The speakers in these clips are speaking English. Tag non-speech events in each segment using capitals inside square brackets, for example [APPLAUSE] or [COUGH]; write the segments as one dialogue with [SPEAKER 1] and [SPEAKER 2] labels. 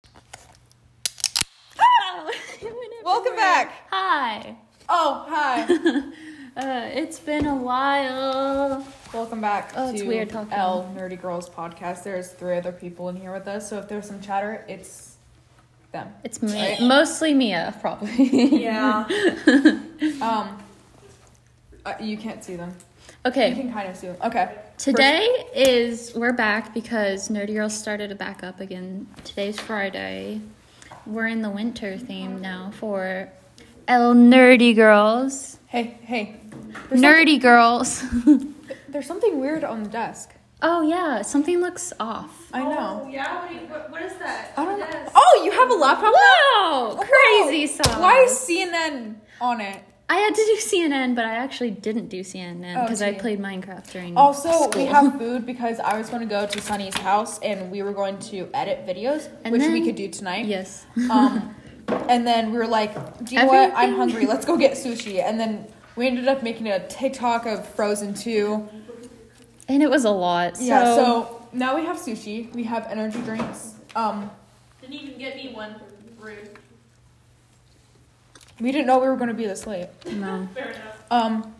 [SPEAKER 1] [LAUGHS]
[SPEAKER 2] Welcome back.
[SPEAKER 1] Hi. [LAUGHS]
[SPEAKER 2] Oh, hi.
[SPEAKER 1] Uh, it's been a while.
[SPEAKER 2] Welcome back
[SPEAKER 1] Oh,
[SPEAKER 2] to
[SPEAKER 1] it's weird talking.
[SPEAKER 2] L Nerdy Girls podcast. There's three other people in here with us, so if there's some chatter, it's them.
[SPEAKER 1] It's me.
[SPEAKER 2] Right.
[SPEAKER 1] Mostly Mia, probably. [LAUGHS]
[SPEAKER 2] Yeah. um, uh, you can't see them. You
[SPEAKER 1] okay.
[SPEAKER 2] can kind of see them. Okay.
[SPEAKER 1] Today is we're back because Nerdy Girls started a backup again. Today's Friday. We're in the winter theme now for L Nerdy Girls.
[SPEAKER 2] First- hey, hey. There's
[SPEAKER 1] Nerdy Girls. [LAUGHS]
[SPEAKER 2] something- there's something weird on the desk.
[SPEAKER 1] oh yeah, something looks off.
[SPEAKER 2] I know.
[SPEAKER 3] Oh, yeah? What, do you, what, what is that?
[SPEAKER 2] I don't know.
[SPEAKER 3] Yes.
[SPEAKER 2] Oh, you have a laptop?
[SPEAKER 1] Wow,
[SPEAKER 2] now?
[SPEAKER 1] crazy
[SPEAKER 2] Wow.
[SPEAKER 1] sauce.
[SPEAKER 2] Why is CNN on it?
[SPEAKER 1] I had to do CNN, but I actually didn't do CNN
[SPEAKER 2] Oh,
[SPEAKER 1] because I
[SPEAKER 2] gee.
[SPEAKER 1] played Minecraft during.
[SPEAKER 2] Also, we
[SPEAKER 1] school.
[SPEAKER 2] have food because I was going to go to Sunny's house and we were going to edit videos,
[SPEAKER 1] And
[SPEAKER 2] which we
[SPEAKER 1] then-
[SPEAKER 2] could do
[SPEAKER 1] [LAUGHS]
[SPEAKER 2] tonight.
[SPEAKER 1] Yes.
[SPEAKER 2] Um, and then we were like, "Do you know what? I'm
[SPEAKER 1] Everything-
[SPEAKER 2] hungry. Let's go get sushi." And then we ended up making a TikTok of Frozen Two.
[SPEAKER 1] And it was a lot. So,
[SPEAKER 2] yeah. So now we have sushi. We have energy drinks. Um,
[SPEAKER 3] Didn't even get me one. Rude.
[SPEAKER 2] we didn't know we were going to be this late.
[SPEAKER 1] no.
[SPEAKER 3] Fair enough.
[SPEAKER 2] [LAUGHS] Um,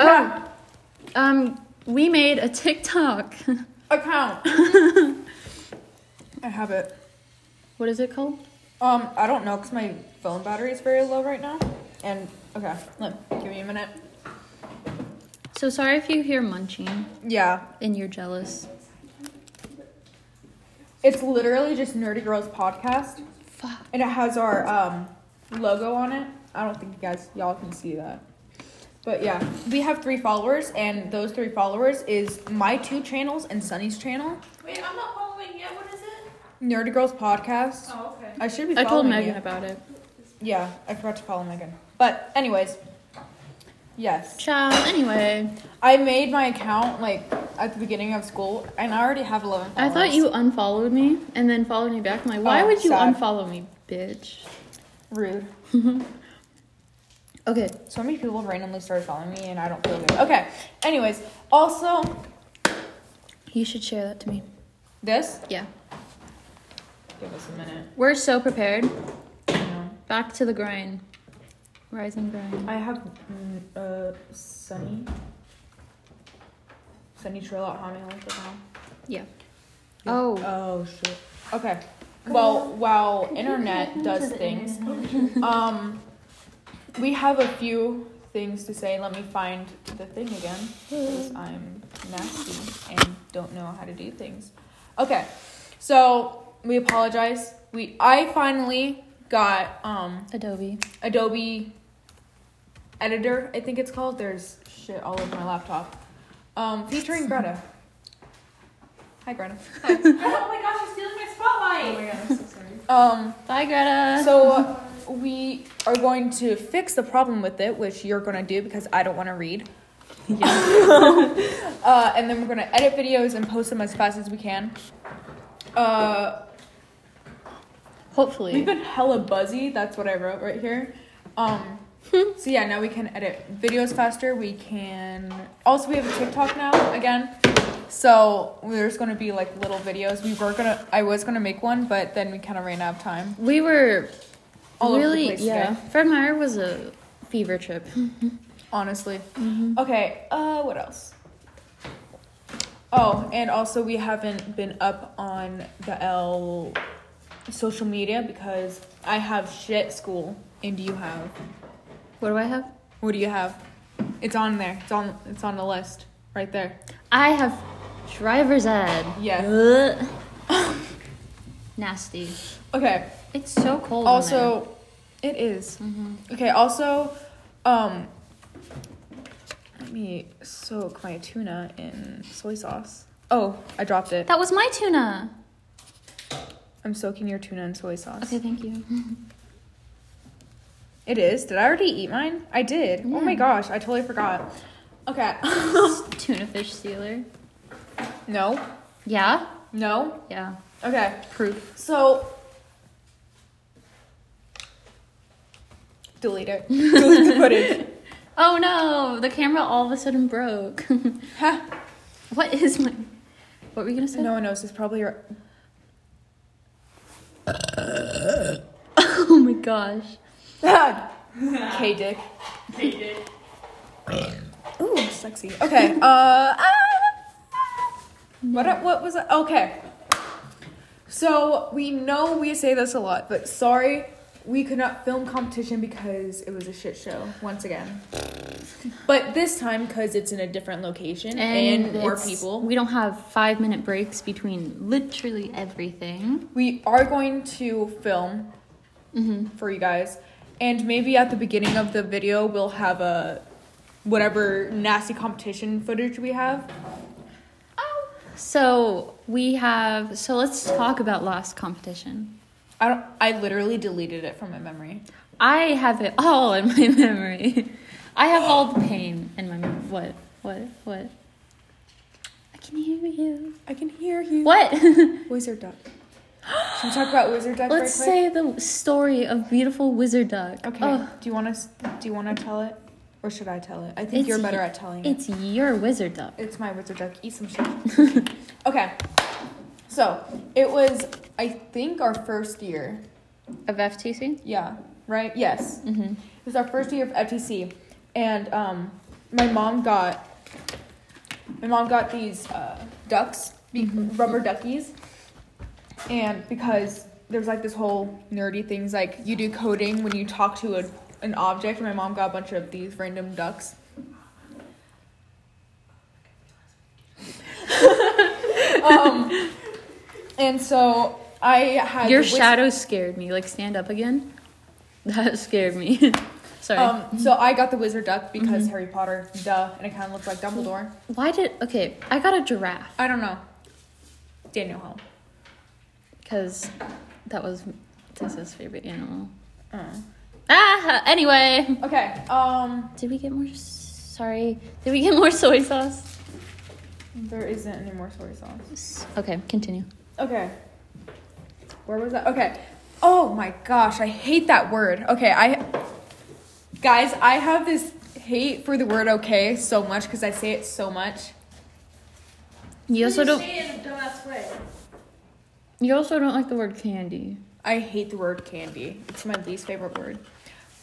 [SPEAKER 2] Ah.
[SPEAKER 1] Oh, um, we made a TikTok. [LAUGHS]
[SPEAKER 2] [LAUGHS] account. I have it.
[SPEAKER 1] what is it called?
[SPEAKER 2] Um, I don't know because my phone battery is very low right now. And okay, let give me a minute.
[SPEAKER 1] So sorry if you hear munching
[SPEAKER 2] Yeah,
[SPEAKER 1] and you're jealous.
[SPEAKER 2] It's literally just Nerdy Girls Podcast,
[SPEAKER 1] Fuck.
[SPEAKER 2] and it has our um, logo on it. I don't think you guys, y'all can see that. But yeah, we have three followers, and those three followers is my two channels and Sunny's channel,
[SPEAKER 3] Wait, I'm not following yet. What is it?
[SPEAKER 2] Nerdy Girls Podcast.
[SPEAKER 3] Oh, okay.
[SPEAKER 2] I should be.
[SPEAKER 1] I told
[SPEAKER 2] following
[SPEAKER 1] Megan
[SPEAKER 2] you.
[SPEAKER 1] about it.
[SPEAKER 2] Yeah, I forgot to follow Megan. But anyways, yes,
[SPEAKER 1] Ciao. Anyway,
[SPEAKER 2] I made my account like at the beginning of school, and I already have eleven.
[SPEAKER 1] I
[SPEAKER 2] Followers.
[SPEAKER 1] thought you unfollowed me and then followed me back. I'm like, why
[SPEAKER 2] Oh,
[SPEAKER 1] would you
[SPEAKER 2] sad.
[SPEAKER 1] unfollow me, bitch?
[SPEAKER 2] rude.
[SPEAKER 1] Okay.
[SPEAKER 2] So many people randomly started following me, and I don't feel good. Okay. Anyways, also
[SPEAKER 1] You should share that to me.
[SPEAKER 2] this.
[SPEAKER 1] Yeah.
[SPEAKER 2] Give us a minute.
[SPEAKER 1] We're so prepared. Back to the grind. Rise and grind.
[SPEAKER 2] I have mm, uh Sunny. Sunny Trail at Haunted House right
[SPEAKER 1] Yeah.
[SPEAKER 2] now.
[SPEAKER 1] Oh.
[SPEAKER 2] Oh shit. Okay. Well, while internet does things, um, we have a few things to say. Let me find the thing again because I'm nasty and don't know how to do things. Okay. So we apologize. We I finally got um
[SPEAKER 1] Adobe.
[SPEAKER 2] Adobe Editor, I think it's called. There's shit all over my laptop. Um, featuring Greta. Hi, Greta.
[SPEAKER 3] [LAUGHS] oh my gosh, you're stealing Oh my spotlight.
[SPEAKER 2] my god, I'm so sorry. Um,
[SPEAKER 1] Bye, Greta.
[SPEAKER 2] so we are going to fix the problem with it, which you're gonna do because I don't want to read. uh, and then we're gonna edit videos and post them as fast as we can. Uh,
[SPEAKER 1] Hopefully.
[SPEAKER 2] We've been hella buzzy. That's what I wrote right here. Um, so yeah, now we can edit videos faster. We can also we have a TikTok now again. So there's gonna be like little videos. We were gonna I was gonna make one, but then we kind of ran out of time.
[SPEAKER 1] We were
[SPEAKER 2] All over the
[SPEAKER 1] really
[SPEAKER 2] place Hmm.
[SPEAKER 1] yeah. Fred Meyer was a fever trip.
[SPEAKER 2] Honestly. Okay. Uh, what else? Oh, and also we haven't been up on the L social media because I have shit school and you have.
[SPEAKER 1] What do I have?
[SPEAKER 2] What do you have? It's on there. It's on. It's on the list right there.
[SPEAKER 1] I have driver's
[SPEAKER 2] [LAUGHS]
[SPEAKER 1] ed.
[SPEAKER 2] Yeah.
[SPEAKER 1] Ugh. Nasty.
[SPEAKER 2] Okay.
[SPEAKER 1] It's so cold. in there.
[SPEAKER 2] Also, it is. Okay. Also, um, let me soak my tuna in soy sauce. Oh, I dropped it.
[SPEAKER 1] that was my tuna.
[SPEAKER 2] I'm soaking your tuna in soy sauce.
[SPEAKER 1] Okay, thank you.
[SPEAKER 2] It is. Did I already eat mine? I did. Oh my
[SPEAKER 1] Yeah.
[SPEAKER 2] gosh, I totally forgot. Okay.
[SPEAKER 1] [LAUGHS]
[SPEAKER 2] [LAUGHS]
[SPEAKER 1] tuna fish sealer.
[SPEAKER 2] no.
[SPEAKER 1] Yeah.
[SPEAKER 2] No.
[SPEAKER 1] Yeah.
[SPEAKER 2] Okay.
[SPEAKER 1] Proof.
[SPEAKER 2] So delete it. delete the footage. [LAUGHS]
[SPEAKER 1] Oh no! The camera all of a sudden broke. [LAUGHS]
[SPEAKER 2] Huh.
[SPEAKER 1] what is my? What were you gonna say? [LAUGHS]
[SPEAKER 2] No one knows. It's probably your.
[SPEAKER 1] Oh my gosh.
[SPEAKER 2] K Dick.
[SPEAKER 3] Hey, Dick.
[SPEAKER 2] Ooh, sexy. Okay. Uh, ah, what what was it? Okay. So we know we say this a lot, but sorry, we could not film competition because it was a shit show once again. But this time, cause it's in a different location and, more
[SPEAKER 1] it's-
[SPEAKER 2] people,
[SPEAKER 1] We don't have five minute breaks between literally everything.
[SPEAKER 2] we are going to film
[SPEAKER 1] Mm-hmm.
[SPEAKER 2] for you guys, and maybe at the beginning of the video we'll have a whatever nasty competition footage we have. Oh.
[SPEAKER 1] So we have. So let's talk about lost competition.
[SPEAKER 2] I don't, I literally deleted it from my memory.
[SPEAKER 1] I have it all in my [LAUGHS] memory. I have all the pain in my memory. What? What? What? I can hear you.
[SPEAKER 2] I can hear you.
[SPEAKER 1] What? [LAUGHS]
[SPEAKER 2] Wizard duck. [GASPS] Should we talk about wizard duck?
[SPEAKER 1] Let's
[SPEAKER 2] right
[SPEAKER 1] say the story of beautiful wizard duck.
[SPEAKER 2] quick? Okay.
[SPEAKER 1] Oh,
[SPEAKER 2] Do you want to? Do you want to tell it, or should I tell it? I think
[SPEAKER 1] It's
[SPEAKER 2] you're better
[SPEAKER 1] y-
[SPEAKER 2] at telling it.
[SPEAKER 1] it's your wizard duck.
[SPEAKER 2] It's my wizard duck. Eat some shit.
[SPEAKER 1] [LAUGHS]
[SPEAKER 2] okay. So it was, I think, our first year.
[SPEAKER 1] Of FTC?
[SPEAKER 2] Yeah. Right. Yes.
[SPEAKER 1] Mm-hmm.
[SPEAKER 2] It was our first year of FTC, and um, my mom got my mom got these uh, ducks, be- rubber duckies, and because there's like this whole nerdy things like you do coding when you talk to a, an object. And my mom got a bunch of these random ducks. [LAUGHS] um, and so I had
[SPEAKER 1] Your
[SPEAKER 2] the whisk-
[SPEAKER 1] shadow scared me. Like, stand up again. [LAUGHS] That scared me. [LAUGHS] Sorry.
[SPEAKER 2] Um, so I got the wizard duck because Harry Potter, duh, and it kind of looked like Dumbledore.
[SPEAKER 1] Why did. Okay, I got a giraffe
[SPEAKER 2] I don't know. Daniel Hall.
[SPEAKER 1] because that was Tessa's favorite animal.
[SPEAKER 2] Uh.
[SPEAKER 1] Ah, [LAUGHS] anyway.
[SPEAKER 2] Okay. Um,
[SPEAKER 1] Did we get more. s- Sorry. Did we get more [LAUGHS] soy sauce?
[SPEAKER 2] there isn't any more soy sauce.
[SPEAKER 1] S- Okay, continue.
[SPEAKER 2] Okay. Where was that? Okay. Oh my gosh, I hate that word. Okay, I guys, I have this hate for the word okay so much because I say it so much.
[SPEAKER 1] You also
[SPEAKER 3] You
[SPEAKER 1] don't.
[SPEAKER 3] Say it in a dumbass way.
[SPEAKER 1] You also don't like the word candy.
[SPEAKER 2] I hate the word candy. It's my least favorite word.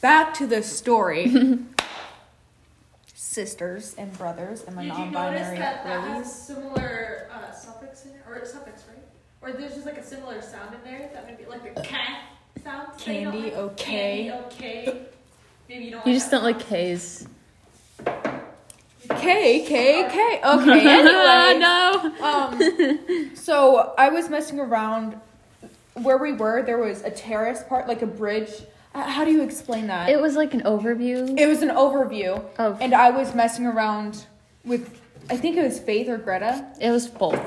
[SPEAKER 2] Back to
[SPEAKER 1] [LAUGHS]
[SPEAKER 2] the story. Sisters and brothers and my
[SPEAKER 3] Did you
[SPEAKER 2] non-binary
[SPEAKER 3] notice that that
[SPEAKER 2] ladies.
[SPEAKER 3] has similar uh, suffix in it, or suffix, right? Or there's just like a similar sound in there that might be like a "ka" sound. that you don't
[SPEAKER 2] Candy,
[SPEAKER 3] like.
[SPEAKER 2] okay.
[SPEAKER 3] Candy, okay. Maybe you don't.
[SPEAKER 1] You
[SPEAKER 3] like
[SPEAKER 1] just
[SPEAKER 3] that
[SPEAKER 1] don't like
[SPEAKER 2] [LAUGHS]
[SPEAKER 1] K's.
[SPEAKER 2] K K K. Okay.
[SPEAKER 1] Ah, [LAUGHS]
[SPEAKER 2] Anyway,
[SPEAKER 1] no.
[SPEAKER 2] um, so I was messing around where we were. There was a terrace part, like a bridge. Uh, How do you explain that?
[SPEAKER 1] It Oh. was like an overview
[SPEAKER 2] It was an overview,
[SPEAKER 1] of.
[SPEAKER 2] and I was messing around with. I think it was Faith or Greta.
[SPEAKER 1] It was both.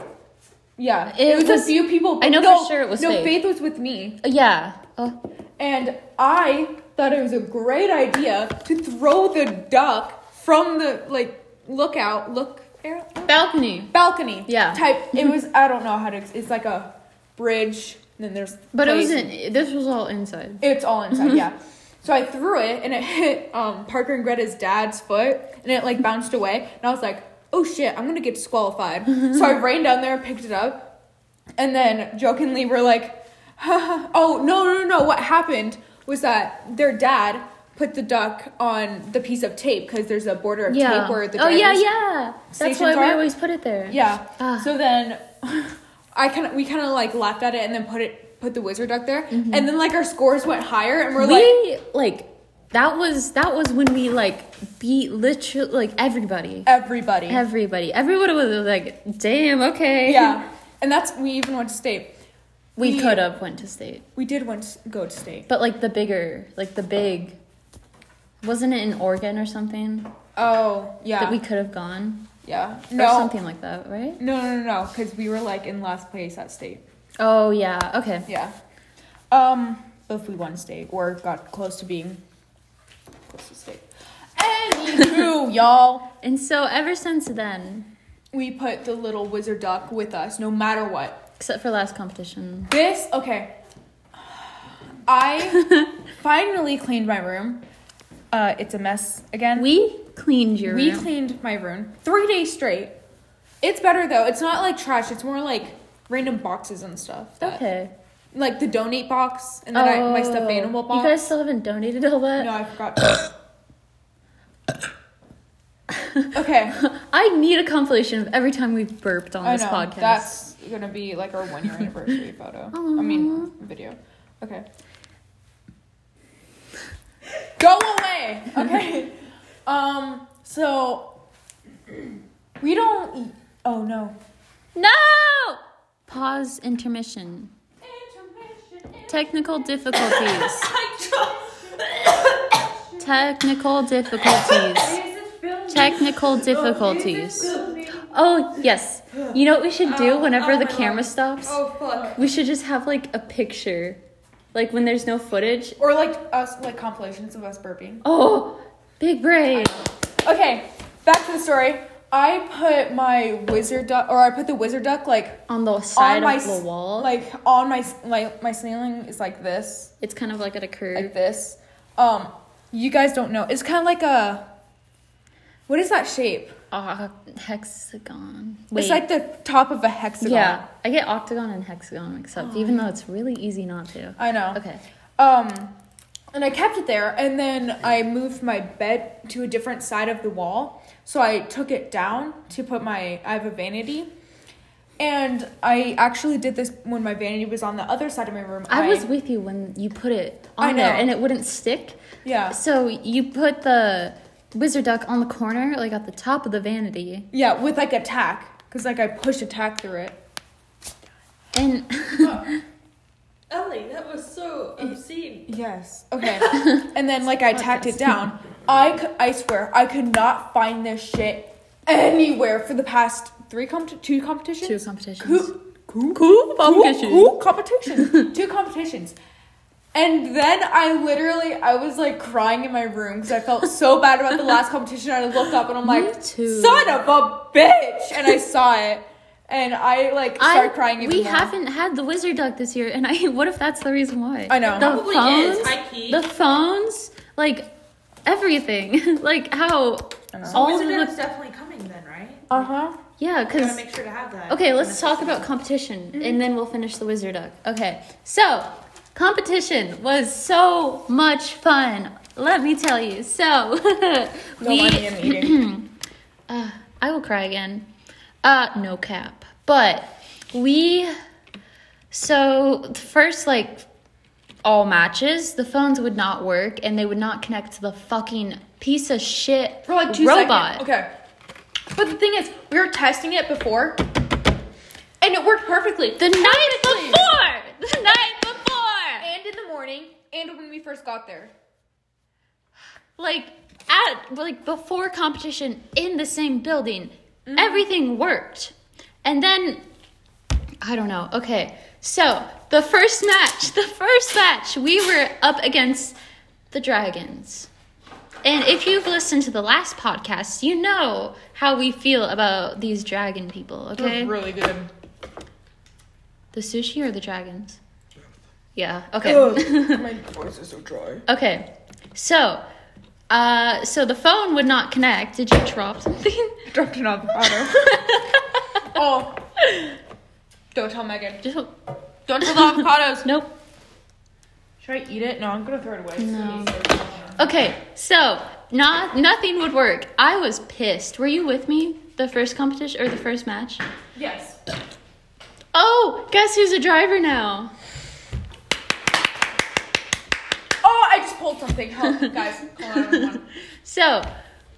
[SPEAKER 2] Yeah, it,
[SPEAKER 1] It
[SPEAKER 2] was, a
[SPEAKER 1] was-
[SPEAKER 2] few people.
[SPEAKER 1] I know for
[SPEAKER 2] no,
[SPEAKER 1] sure it was
[SPEAKER 2] No,
[SPEAKER 1] Faith.
[SPEAKER 2] Faith was with me,
[SPEAKER 1] Yeah. Oh,
[SPEAKER 2] and I thought it was a great idea to throw the duck from the like lookout look. air-
[SPEAKER 1] balcony.
[SPEAKER 2] balcony.
[SPEAKER 1] Yeah.
[SPEAKER 2] Type.
[SPEAKER 1] [LAUGHS]
[SPEAKER 2] It was. I don't know how to. ex- It's like a bridge. And then there's.
[SPEAKER 1] But it
[SPEAKER 2] place.
[SPEAKER 1] wasn't. This was all inside.
[SPEAKER 2] It's all
[SPEAKER 1] Mm-hmm.
[SPEAKER 2] inside. yeah. So I threw it and it [LAUGHS] hit um, Parker and Greta's dad's foot and it like bounced away and I was like, oh shit, I'm gonna get disqualified. so
[SPEAKER 1] Mm-hmm.
[SPEAKER 2] I ran down there and picked it up, and then jokingly we're like, [LAUGHS] oh no no no! What happened was that their dad put the duck on the piece of tape because there's a border of
[SPEAKER 1] Yeah.
[SPEAKER 2] tape where the
[SPEAKER 1] oh yeah,
[SPEAKER 2] drivers-
[SPEAKER 1] yeah. That's why
[SPEAKER 2] stations
[SPEAKER 1] we
[SPEAKER 2] are?
[SPEAKER 1] always put it there.
[SPEAKER 2] Yeah.
[SPEAKER 1] Ah.
[SPEAKER 2] So then [LAUGHS] I kind of we kind of like laughed at it and then put it put the wizard duck there,
[SPEAKER 1] Mm-hmm.
[SPEAKER 2] and then like our scores went higher and we're like,
[SPEAKER 1] We like that was that was when we like beat literally like everybody,
[SPEAKER 2] everybody.
[SPEAKER 1] everybody. Everybody was like, "Damn, okay."
[SPEAKER 2] yeah. And that's we even went to state.
[SPEAKER 1] [LAUGHS] We
[SPEAKER 2] We-
[SPEAKER 1] could have went to state,
[SPEAKER 2] We did once go to state.
[SPEAKER 1] but like the bigger, like the big, wasn't it in Oregon or something
[SPEAKER 2] Oh yeah.
[SPEAKER 1] that we could have gone
[SPEAKER 2] yeah.
[SPEAKER 1] or
[SPEAKER 2] No.
[SPEAKER 1] something like that, right?
[SPEAKER 2] No no no no because we were like in last place at state.
[SPEAKER 1] Oh yeah. Okay.
[SPEAKER 2] Yeah. Um, but if we won state or got close to being close to state. Anywho,
[SPEAKER 1] [LAUGHS]
[SPEAKER 2] y'all.
[SPEAKER 1] And so ever since then,
[SPEAKER 2] we put the little wizard duck with us no matter what.
[SPEAKER 1] except for last competition, [LAUGHS]
[SPEAKER 2] This, okay. I finally cleaned my room. Uh, it's a mess again.
[SPEAKER 1] we cleaned your
[SPEAKER 2] We
[SPEAKER 1] room.
[SPEAKER 2] cleaned my room three days straight. It's better though. It's not like trash, it's more like random boxes and stuff. that-
[SPEAKER 1] okay.
[SPEAKER 2] like the donate box and then I, my stuffed animal
[SPEAKER 1] Oh, You
[SPEAKER 2] box.
[SPEAKER 1] guys still haven't donated all that?
[SPEAKER 2] no, I forgot.
[SPEAKER 1] [COUGHS]
[SPEAKER 2] okay,
[SPEAKER 1] [LAUGHS] I need a compilation of every time we've burped on
[SPEAKER 2] I
[SPEAKER 1] this
[SPEAKER 2] know
[SPEAKER 1] podcast.
[SPEAKER 2] that's gonna be like our one year anniversary photo. I mean video. Okay. Go away.
[SPEAKER 1] [LAUGHS]
[SPEAKER 2] Okay. um. So we don't. Eat. Oh no.
[SPEAKER 1] No! Pause intermission. Technical
[SPEAKER 3] [LAUGHS]
[SPEAKER 1] difficulties. [COUGHS] Technical difficulties.
[SPEAKER 3] Oh,
[SPEAKER 1] Technical difficulties. Oh, yes. You know what we should do
[SPEAKER 3] Oh,
[SPEAKER 1] whenever
[SPEAKER 3] oh
[SPEAKER 1] the
[SPEAKER 3] my
[SPEAKER 1] camera
[SPEAKER 3] God.
[SPEAKER 1] stops?
[SPEAKER 3] Oh fuck.
[SPEAKER 1] We should just have like a picture. Like when there's no footage.
[SPEAKER 2] Or like us like compilations of us burping.
[SPEAKER 1] Oh, big brain.
[SPEAKER 2] Okay, back to the story. I put my wizard duck, or I put the wizard duck like
[SPEAKER 1] On the side
[SPEAKER 2] on my
[SPEAKER 1] of the
[SPEAKER 2] s-
[SPEAKER 1] wall.
[SPEAKER 2] like on my s- my my ceiling is like this,
[SPEAKER 1] it's kind of like at a curve.
[SPEAKER 2] like this. Um, you guys don't know. It's kind of like a. What is that shape?
[SPEAKER 1] Ah, hexagon. Wait.
[SPEAKER 2] It's like the top of a hexagon.
[SPEAKER 1] yeah, I get octagon and hexagon mixed up, even though it's really easy not to.
[SPEAKER 2] I know.
[SPEAKER 1] Okay.
[SPEAKER 2] Um, and I kept it there, and then I moved my bed to a different side of the wall. So I took it down to put my. I have a vanity, and I actually did this when my vanity was on the other side of my room.
[SPEAKER 1] I was with you when you put it
[SPEAKER 2] I
[SPEAKER 1] on there
[SPEAKER 2] know.
[SPEAKER 1] and it wouldn't stick.
[SPEAKER 2] Yeah.
[SPEAKER 1] So you put the wizard duck on the corner, like at the top of the vanity.
[SPEAKER 2] Yeah, with like a tack, because like I pushed a tack through it. [LAUGHS]
[SPEAKER 1] And
[SPEAKER 3] Ellie, that was so obscene.
[SPEAKER 2] Yes.
[SPEAKER 1] [LAUGHS]
[SPEAKER 2] Okay. and then like I tacked it down. I cou- I swear I could not find this shit anywhere for the past three comp two competitions.
[SPEAKER 1] Two competitions.
[SPEAKER 2] Coo- coo-
[SPEAKER 1] Cool
[SPEAKER 2] competition. Cool competition. Two competitions. And then I literally I was like crying in my room because I felt so bad about the last competition. I look up and I'm
[SPEAKER 1] Me
[SPEAKER 2] like,
[SPEAKER 1] too.
[SPEAKER 2] son of a bitch, and I saw it, and I like started crying. Even
[SPEAKER 1] we
[SPEAKER 2] more.
[SPEAKER 1] haven't had the wizard duck this year, and I. [LAUGHS] What if that's the reason why?
[SPEAKER 2] I know.
[SPEAKER 1] The
[SPEAKER 3] Probably
[SPEAKER 1] phones,
[SPEAKER 3] is, high key.
[SPEAKER 1] the phones, like everything, [LAUGHS] like how
[SPEAKER 2] I know.
[SPEAKER 1] all
[SPEAKER 3] Wizard
[SPEAKER 1] of
[SPEAKER 3] Duck's
[SPEAKER 1] the
[SPEAKER 3] definitely coming then, right?
[SPEAKER 2] Uh huh.
[SPEAKER 1] yeah,
[SPEAKER 3] You gotta
[SPEAKER 1] because
[SPEAKER 3] make sure to have that.
[SPEAKER 1] Okay, let's talk about competition
[SPEAKER 3] Mm-hmm.
[SPEAKER 1] and then we'll finish the wizard duck. Okay, so competition was so much fun. Let me tell you. So, [LAUGHS]
[SPEAKER 2] Don't mind me.
[SPEAKER 1] we, [CLEARS THROAT]
[SPEAKER 2] I'm eating.
[SPEAKER 1] uh, I will cry again. Uh, no cap. But we, so the first, like, all matches, the phones would not work and they would not connect to the fucking piece of shit
[SPEAKER 2] For like two
[SPEAKER 1] robot.
[SPEAKER 2] seconds. Okay. But the thing is, we were testing it before, and it worked perfectly.
[SPEAKER 1] The night before! The night before!
[SPEAKER 2] and in the morning, and when we first got there.
[SPEAKER 1] like at like before competition in the same building everything worked and then i don't know okay so the first match [LAUGHS] the first match we were up against the dragons and if you've listened to the last podcast you know how we feel about these dragon people okay
[SPEAKER 2] really good.
[SPEAKER 1] the sushi or the dragons yeah okay [LAUGHS]
[SPEAKER 2] my voice is so dry.
[SPEAKER 1] Okay, so, uh, so the phone would not connect. Did you drop something? [LAUGHS]
[SPEAKER 2] Dropped it on the powder. oh. Don't tell Megan.
[SPEAKER 1] Just,
[SPEAKER 2] Don't tell the avocados.
[SPEAKER 1] nope.
[SPEAKER 2] [LAUGHS] Should I eat it? No, I'm gonna throw it away.
[SPEAKER 1] No. Okay, so not nothing would work. I was pissed. Were you with me the first competition or the first match?
[SPEAKER 2] Yes.
[SPEAKER 1] Oh, guess who's a driver now?
[SPEAKER 2] Oh, I just pulled something. Help,
[SPEAKER 1] [LAUGHS]
[SPEAKER 2] guys. Hold on, hold on.
[SPEAKER 1] So,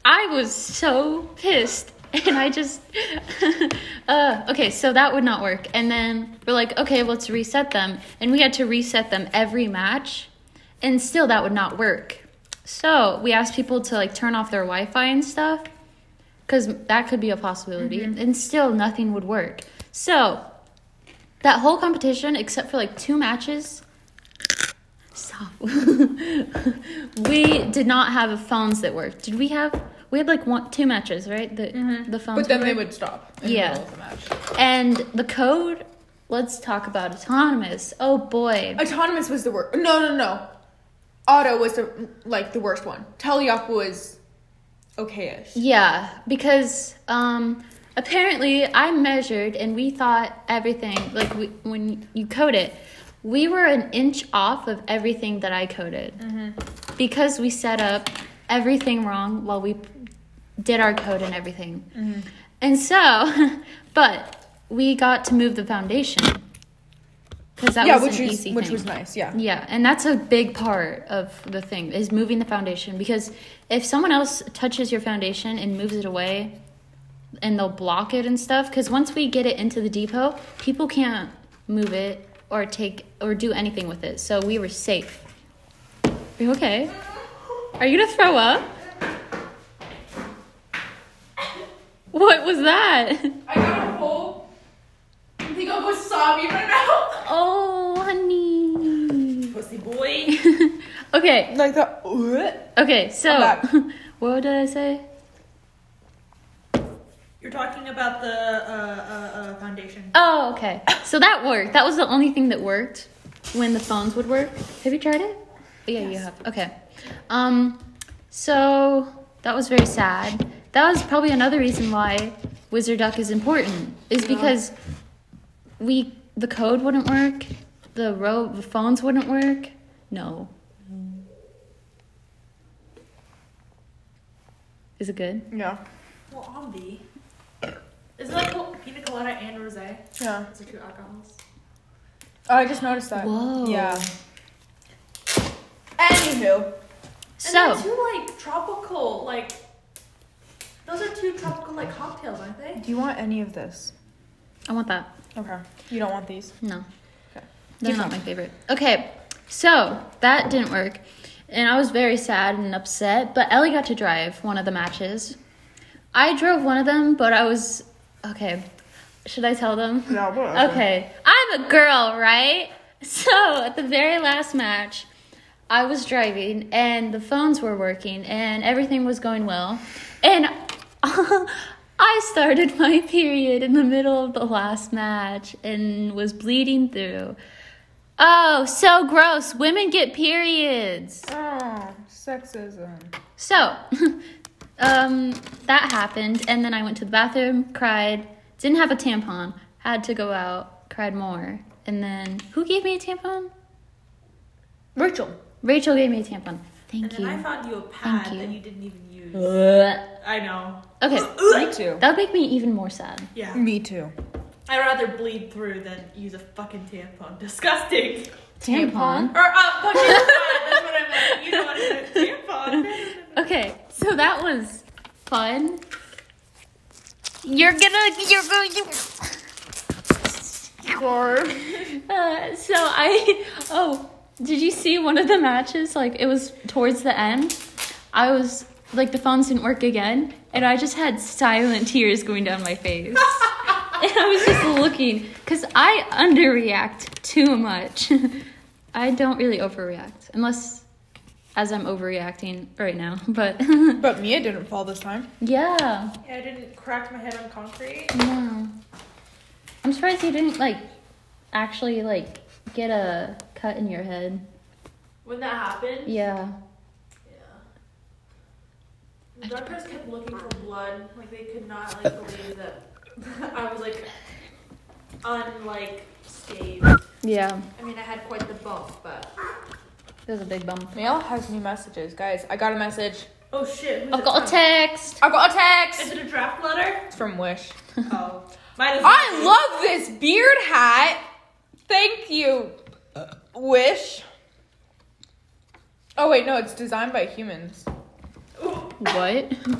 [SPEAKER 1] I was so pissed. And I just, [LAUGHS] uh, okay, so that would not work. And then we're like, okay, let's reset them. And we had to reset them every match. And still, that would not work. So we asked people to like turn off their Wi Fi and stuff. Because that could be a possibility. And still, nothing would work. So that whole competition, except for like two matches, Stop. [LAUGHS] we did not have phones that worked. Did we have? We had like one, two matches, right? The the phones.
[SPEAKER 2] Mm-hmm. But then they
[SPEAKER 1] worked.
[SPEAKER 2] would stop. In
[SPEAKER 1] Yeah.
[SPEAKER 2] The middle of the match.
[SPEAKER 1] And the code. Let's talk about autonomous. Oh boy.
[SPEAKER 2] Autonomous was the worst. No, no, no. Auto was the like the worst one. Teleop was okay-ish.
[SPEAKER 1] Yeah, because um, apparently I measured and we thought everything like we, when you code it, we were an inch off of everything that I coded
[SPEAKER 2] Mm-hmm.
[SPEAKER 1] because we set up everything wrong while we did our code and everything.
[SPEAKER 2] Mm-hmm.
[SPEAKER 1] And so, [LAUGHS] but we got to move the foundation because that
[SPEAKER 2] yeah,
[SPEAKER 1] was
[SPEAKER 2] which
[SPEAKER 1] an
[SPEAKER 2] was
[SPEAKER 1] easy
[SPEAKER 2] which
[SPEAKER 1] thing.
[SPEAKER 2] was nice. Yeah.
[SPEAKER 1] Yeah, and that's a big part of the thing is moving the foundation because if someone else touches your foundation and moves it away and they'll block it and stuff cuz once we get it into the depot, people can't move it or take or do anything with it. So we were safe. Are you okay? Are you going to throw up? What was that?
[SPEAKER 3] I
[SPEAKER 1] Mm-hmm.
[SPEAKER 3] got a hole. I think I'll go sobbing right now.
[SPEAKER 1] Oh, honey.
[SPEAKER 3] Pussy boy.
[SPEAKER 1] [LAUGHS] Okay.
[SPEAKER 2] Like that. What?
[SPEAKER 1] Okay, so
[SPEAKER 2] back.
[SPEAKER 1] [LAUGHS] what did I say?
[SPEAKER 3] You're talking about the uh, uh, uh, foundation.
[SPEAKER 1] Oh, okay. So that worked. That was the only thing that worked when the phones would work. Have you tried it? Yeah, you have. Okay. Um, so that was very sad. That was probably another reason why Wizard Duck is important is because we the code wouldn't work, the row the phones wouldn't work. No. Is it good?
[SPEAKER 2] [LAUGHS] Yeah.
[SPEAKER 3] Well, Ombi. Is it like col- pina colada and rosé?
[SPEAKER 2] Yeah.
[SPEAKER 3] It's like two alcohols.
[SPEAKER 2] Oh, I just noticed that.
[SPEAKER 1] Whoa.
[SPEAKER 2] Yeah. Anywho.
[SPEAKER 1] So
[SPEAKER 3] and they're two like tropical like. Those are two tropical like cocktails, aren't they?
[SPEAKER 2] Do you want any of this?
[SPEAKER 1] I want that.
[SPEAKER 2] Okay. You don't want these.
[SPEAKER 1] No.
[SPEAKER 2] Okay.
[SPEAKER 1] They're not my favorite. Okay, so that didn't work. And I was very sad and upset, but Ellie got to drive one of the matches. I drove one of them, but I was. Okay, should I tell them?
[SPEAKER 2] No, whatever.
[SPEAKER 1] Okay, I'm a girl, right? So at the very last match, I was driving and the phones were working and everything was going well. And [LAUGHS] I started my period in the middle of the last match and was bleeding through. Oh, so gross. Women get periods.
[SPEAKER 2] Oh, sexism.
[SPEAKER 1] So, [LAUGHS] um, that happened, and then I went to the bathroom, cried, didn't have a tampon, had to go out, cried more, and then who gave me a tampon?
[SPEAKER 2] Rachel.
[SPEAKER 1] Rachel gave me a tampon.
[SPEAKER 3] And
[SPEAKER 1] Thank
[SPEAKER 3] then I
[SPEAKER 1] you.
[SPEAKER 3] found you a pad
[SPEAKER 1] you.
[SPEAKER 3] that you didn't even use.
[SPEAKER 1] Ugh.
[SPEAKER 3] I know. [LAUGHS]
[SPEAKER 1] Okay,
[SPEAKER 2] Me too.
[SPEAKER 1] that'll make me even more sad.
[SPEAKER 3] Yeah.
[SPEAKER 2] Me too.
[SPEAKER 3] I'd rather bleed through than use a fucking tampon. [LAUGHS] Disgusting.
[SPEAKER 1] Tampon?
[SPEAKER 3] Or uh, fucking pad. That's what I meant. You know what I meant. Tampon.
[SPEAKER 1] Okay, so that was fun. You're gonna, you're going [LAUGHS] Uh, so I oh did you see one of the matches like it was towards the end I was like the phones didn't work again and I just had silent tears going down my face and [LAUGHS] I was just looking because I underreact too much [LAUGHS] I don't really overreact unless as I'm overreacting right now [LAUGHS] but
[SPEAKER 2] But Mia didn't fall this time.
[SPEAKER 1] yeah
[SPEAKER 3] Yeah, I didn't crack my head on concrete.
[SPEAKER 1] yeah I'm surprised you didn't like actually like get a cut in your head
[SPEAKER 3] When that happened,
[SPEAKER 1] yeah.
[SPEAKER 3] yeah. The doctors kept looking for blood. Like they could not like believe that [LAUGHS] I was like unlike scathed.
[SPEAKER 1] Yeah,
[SPEAKER 3] I mean, I had quite the bump, but
[SPEAKER 1] it was a big bump.
[SPEAKER 2] Mia has new messages, guys. I got a message.
[SPEAKER 3] oh shit! who's
[SPEAKER 1] I've
[SPEAKER 3] it
[SPEAKER 1] got a
[SPEAKER 3] from?
[SPEAKER 1] text.
[SPEAKER 2] I got a text.
[SPEAKER 3] Is it a draft letter?
[SPEAKER 2] [LAUGHS] It's from Wish.
[SPEAKER 3] oh, mine is.
[SPEAKER 2] I love this beard hat. Thank you, Wish. Oh wait, no, it's designed by humans.
[SPEAKER 3] Ooh,
[SPEAKER 1] What?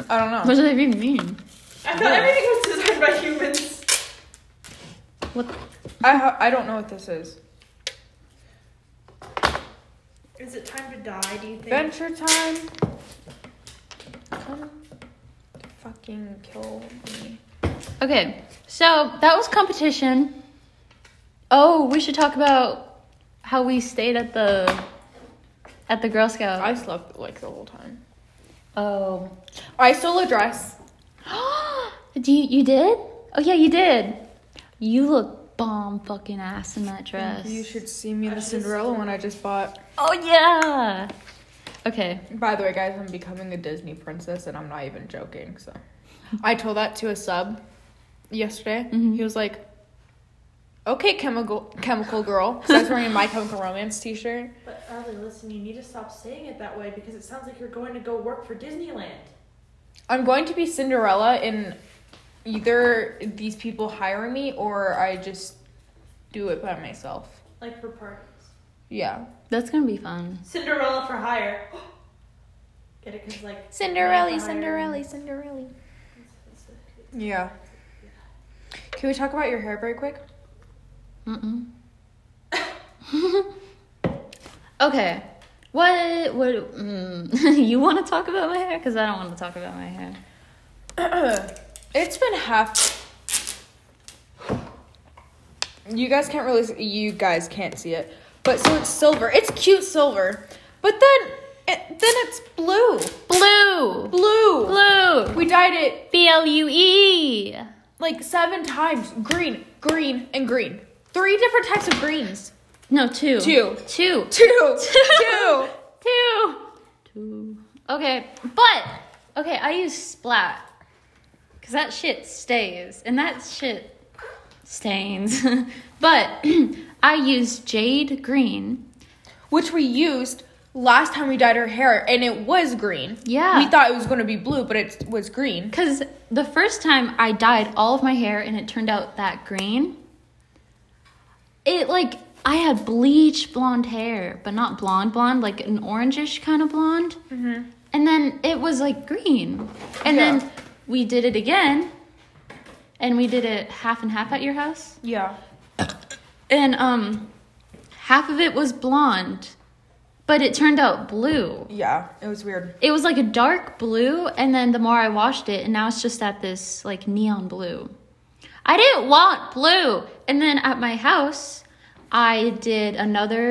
[SPEAKER 2] I don't know.
[SPEAKER 1] [LAUGHS] What does that even mean?
[SPEAKER 3] I thought everything was designed by humans.
[SPEAKER 1] What?
[SPEAKER 2] I ha- I don't know what this is.
[SPEAKER 3] Is it time to die? Do you think?
[SPEAKER 2] Adventure time. Come fucking kill me.
[SPEAKER 1] Okay, so that was competition. Oh, we should talk about how we stayed at the at the Girl Scout.
[SPEAKER 2] I slept like the whole time.
[SPEAKER 1] oh. [GASPS]
[SPEAKER 2] I stole a dress.
[SPEAKER 1] Do you you did? Oh yeah, you did. You look bomb fucking ass in that dress.
[SPEAKER 2] You should see me
[SPEAKER 3] I
[SPEAKER 2] the
[SPEAKER 3] just-
[SPEAKER 2] Cinderella one I just bought.
[SPEAKER 1] Oh yeah. Okay.
[SPEAKER 2] By the way, guys, I'm becoming a Disney princess, and I'm not even joking. So, I told that to a sub yesterday.
[SPEAKER 1] Mhm.
[SPEAKER 2] He was like, Okay, chemical chemical girl. So I was wearing a My Chemical Romance T-shirt.
[SPEAKER 3] But Ellie, listen, you need to stop saying it that way because it sounds like you're going to go work for Disneyland.
[SPEAKER 2] I'm going to be Cinderella, and either these people hire me or I just do it by myself.
[SPEAKER 3] Like for parties.
[SPEAKER 2] Yeah.
[SPEAKER 1] That's gonna be fun.
[SPEAKER 3] Cinderella for hire. [GASPS] Get it? Because, like,
[SPEAKER 1] Cinderella,
[SPEAKER 3] man for hire.
[SPEAKER 1] Cinderella, Cinderella.
[SPEAKER 2] Yeah. Can we talk about your hair very quick?
[SPEAKER 1] Mm-mm. [LAUGHS] okay. What? What? Mm, [LAUGHS] you want to talk about my hair? Because I don't want to talk about my hair.
[SPEAKER 2] it's been half. You guys can't really. s- You guys can't see it, but so it's silver. It's cute silver, but then it, then it's blue,
[SPEAKER 1] Blue.
[SPEAKER 2] blue,
[SPEAKER 1] Blue.
[SPEAKER 2] We dyed it
[SPEAKER 1] B L U E.
[SPEAKER 2] like seven times: green, green, and green. Three different types of greens.
[SPEAKER 1] No, two.
[SPEAKER 2] Two.
[SPEAKER 1] Two.
[SPEAKER 2] Two, [LAUGHS] two.
[SPEAKER 1] [LAUGHS] Two. Two. Okay, but okay, I use splat because that shit stays, and that shit stains. [LAUGHS] but [CLEARS THROAT] I use jade green.
[SPEAKER 2] which we used last time we dyed our hair, and it was green.
[SPEAKER 1] Yeah.
[SPEAKER 2] we thought it was going to be blue, but it was green.
[SPEAKER 1] Because the first time I dyed all of my hair and it turned out that green, it like, I had bleach blonde hair, but not blonde blonde, like an orangish kind of blonde. And then it was like green. And
[SPEAKER 2] Yeah.
[SPEAKER 1] then we did it again. And we did it half and half at your house.
[SPEAKER 2] Yeah,
[SPEAKER 1] And um half of it was blonde, but it turned out blue
[SPEAKER 2] yeah, it was weird.
[SPEAKER 1] it was like a dark blue and then the more i washed it and now it's just at this like neon blue i didn't want blue and then at my house i did another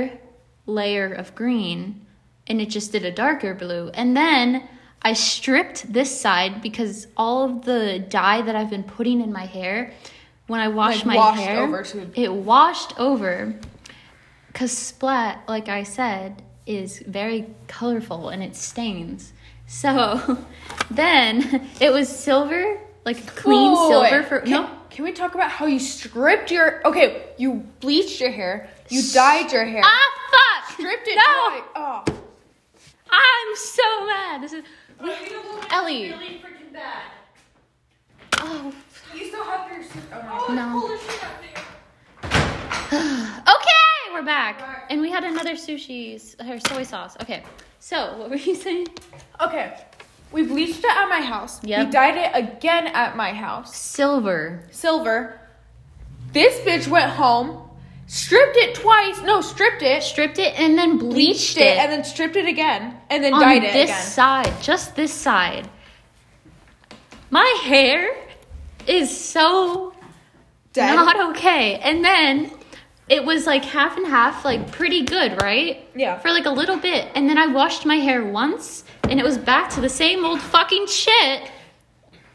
[SPEAKER 1] layer of green and it just did a darker blue and then i stripped this side because all of the dye that i've been putting in my hair when i wash
[SPEAKER 2] Like,
[SPEAKER 1] my
[SPEAKER 2] washed
[SPEAKER 1] hair
[SPEAKER 2] over to-
[SPEAKER 1] it washed over because splat, like I said, is very colorful and it stains. So [LAUGHS] then it was silver, like clean
[SPEAKER 2] Wait, wait, wait,
[SPEAKER 1] silver
[SPEAKER 2] wait.
[SPEAKER 1] for
[SPEAKER 2] can,
[SPEAKER 1] no.
[SPEAKER 2] Can we talk about how you stripped your? Okay, you bleached your hair. You dyed your hair.
[SPEAKER 1] Ah fuck!
[SPEAKER 2] Stripped it.
[SPEAKER 1] No,
[SPEAKER 2] dry. Oh,
[SPEAKER 1] I'm so mad. This is
[SPEAKER 3] We have to look
[SPEAKER 1] Ellie.
[SPEAKER 3] really freaking bad.
[SPEAKER 1] oh
[SPEAKER 3] You still have your suit. Oh,
[SPEAKER 1] No.
[SPEAKER 3] it's cold as shit out there.
[SPEAKER 1] okay. We're back, and we had another sushi s- or soy sauce. Okay, so what were you saying?
[SPEAKER 2] okay. We bleached it at my house.
[SPEAKER 1] Yep.
[SPEAKER 2] We dyed it again at my house.
[SPEAKER 1] Silver.
[SPEAKER 2] Silver. This bitch went home, stripped it twice. No, stripped it,
[SPEAKER 1] Stripped it and then bleached,
[SPEAKER 2] bleached it, and then stripped it again, and then
[SPEAKER 1] on
[SPEAKER 2] dyed it
[SPEAKER 1] this
[SPEAKER 2] again.
[SPEAKER 1] side, just this side. My hair is so
[SPEAKER 2] Dead.
[SPEAKER 1] not okay. And then it was like half and half, like pretty good, right?
[SPEAKER 2] Yeah.
[SPEAKER 1] For like a little bit. And then I washed my hair once and it was back to the same old fucking shit.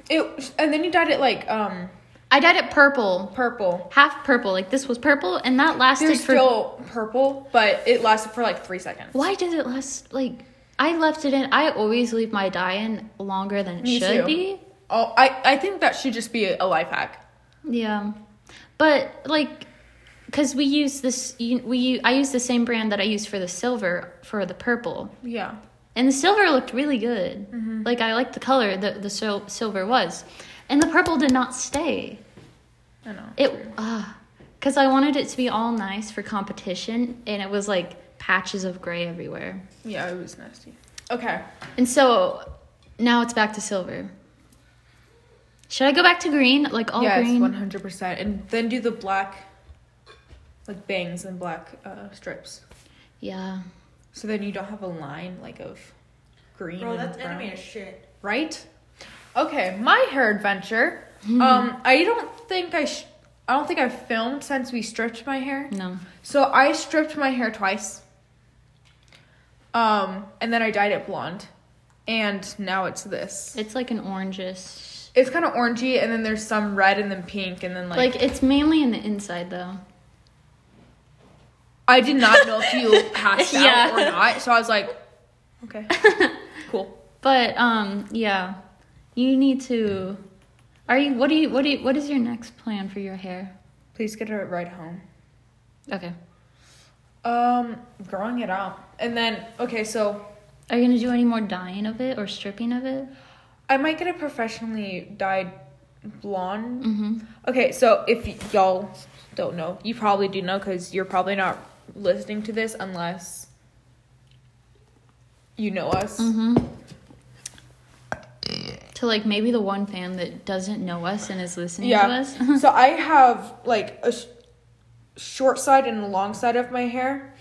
[SPEAKER 2] It, and then you dyed it like um
[SPEAKER 1] I dyed it purple,
[SPEAKER 2] purple.
[SPEAKER 1] half purple. Like this was purple and that lasted
[SPEAKER 2] There's
[SPEAKER 1] for
[SPEAKER 2] still purple, but it lasted for like three seconds.
[SPEAKER 1] Why does it last like I left it in. I always leave my dye in longer than it
[SPEAKER 2] Me
[SPEAKER 1] should
[SPEAKER 2] too.
[SPEAKER 1] be.
[SPEAKER 2] Oh, I, I think that should just be a life hack.
[SPEAKER 1] Yeah, but like, cause we use this. you- We u- I use the same brand that I used for the silver for the purple,
[SPEAKER 2] Yeah.
[SPEAKER 1] and the silver looked really good.
[SPEAKER 2] Mm-hmm.
[SPEAKER 1] Like I liked the color that the sil- silver was, and the purple did not stay.
[SPEAKER 2] I know.
[SPEAKER 1] It ah, cause I wanted it to be all nice for competition, and it was like patches of gray everywhere,
[SPEAKER 2] Yeah, it was nasty. Okay.
[SPEAKER 1] and so now it's back to silver. Should I go back to green? Like all
[SPEAKER 2] yes,
[SPEAKER 1] green?
[SPEAKER 2] one hundred percent. And then do the black, like bangs and black uh, strips.
[SPEAKER 1] Yeah.
[SPEAKER 2] So then you don't have a line like of green.
[SPEAKER 3] Bro,
[SPEAKER 2] and
[SPEAKER 3] that's
[SPEAKER 2] brown.
[SPEAKER 3] enemy as shit.
[SPEAKER 2] right? Okay, my hair
[SPEAKER 1] [LAUGHS]
[SPEAKER 2] adventure. Um, I don't think I, sh- I don't think I filmed since we stripped my hair.
[SPEAKER 1] No.
[SPEAKER 2] So I stripped my hair twice. Um, and then I dyed it blonde, and now it's this.
[SPEAKER 1] It's like an orangish
[SPEAKER 2] It's kind of orangey, and then there's some red, and then pink, and then like,
[SPEAKER 1] Like it's mainly in the inside though.
[SPEAKER 2] I did not know if you passed out
[SPEAKER 1] Yeah.
[SPEAKER 2] or not, so I was like, okay, cool.
[SPEAKER 1] But um yeah. You need to Are you what do you what do you, what is your next plan for your hair?
[SPEAKER 2] Please get a ride home.
[SPEAKER 1] Okay.
[SPEAKER 2] Um, growing it out. And then, okay, so
[SPEAKER 1] Are you gonna do any more dyeing of it or stripping of it?
[SPEAKER 2] I might get a professionally dyed blonde.
[SPEAKER 1] Mm-hmm.
[SPEAKER 2] Okay, so if y- y'all don't know, you probably do know because you're probably not listening to this unless you know us.
[SPEAKER 1] Mm-hmm. To like maybe the one fan that doesn't know us and is listening
[SPEAKER 2] Yeah.
[SPEAKER 1] to us. [LAUGHS]
[SPEAKER 2] so I have like a sh- short side and a long side of my hair,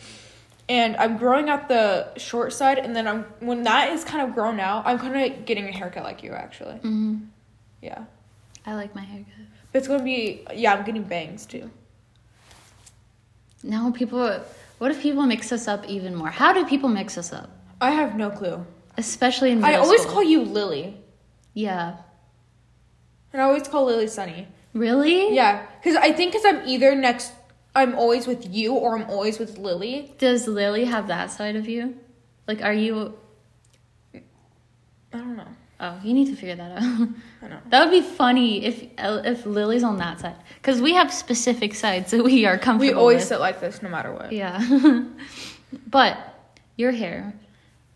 [SPEAKER 2] and I'm growing out the short side, and then I'm when that is kind of grown out, I'm kind of getting a haircut like you actually.
[SPEAKER 1] mm-hmm.
[SPEAKER 2] Yeah,
[SPEAKER 1] I like my haircut.
[SPEAKER 2] but it's gonna be yeah. I'm getting bangs too.
[SPEAKER 1] Now people, what if people mix us up even more? How do people mix us up?
[SPEAKER 2] I have no clue.
[SPEAKER 1] Mm-hmm. Especially in middle
[SPEAKER 2] I always
[SPEAKER 1] school.
[SPEAKER 2] call you Lily,
[SPEAKER 1] Yeah.
[SPEAKER 2] and I always call Lily Sunny.
[SPEAKER 1] Really?
[SPEAKER 2] Yeah, because I think because I'm either next, I'm always with you or I'm always with Lily.
[SPEAKER 1] Does Lily have that side of you? Like, are you?
[SPEAKER 2] I don't know.
[SPEAKER 1] Oh, you need to figure that out. [LAUGHS]
[SPEAKER 2] I don't know.
[SPEAKER 1] that would be funny if if Lily's on that side, because we have specific sides that we are
[SPEAKER 2] We
[SPEAKER 1] comfortable.
[SPEAKER 2] always
[SPEAKER 1] with.
[SPEAKER 2] sit like this no matter what.
[SPEAKER 1] Yeah. [LAUGHS] but your hair,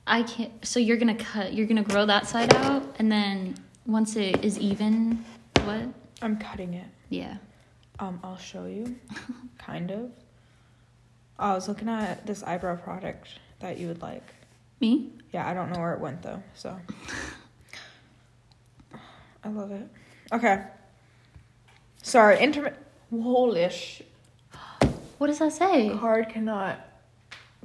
[SPEAKER 1] I can't. So you're gonna cut. You're gonna grow that side out, and then once it is even, what?
[SPEAKER 2] I'm cutting it.
[SPEAKER 1] Yeah.
[SPEAKER 2] Um, I'll show you. kind of. Oh, I was looking at this eyebrow product that you would like.
[SPEAKER 1] Me?
[SPEAKER 2] Yeah, I don't know where it went though, so. I love it. Okay. Sorry, intermittent. Wolish.
[SPEAKER 1] What does that say?
[SPEAKER 2] Card cannot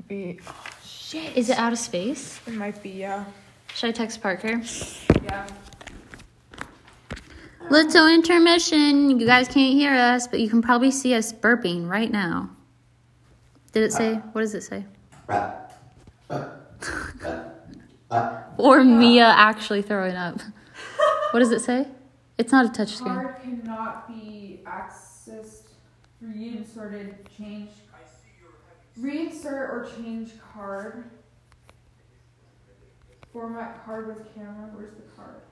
[SPEAKER 2] be. Oh, shit.
[SPEAKER 1] Is it out of space?
[SPEAKER 2] It might be, yeah.
[SPEAKER 1] Should I text Parker?
[SPEAKER 3] Yeah.
[SPEAKER 1] Little intermission. You guys can't hear us, but you can probably see us burping right now. Did it say? What does it say? [LAUGHS] or Mia actually throwing up. What does it say? It's not a touchscreen.
[SPEAKER 2] cannot be accessed, reinserted, changed. Reinsert or change card. Format card with camera. Where's the card?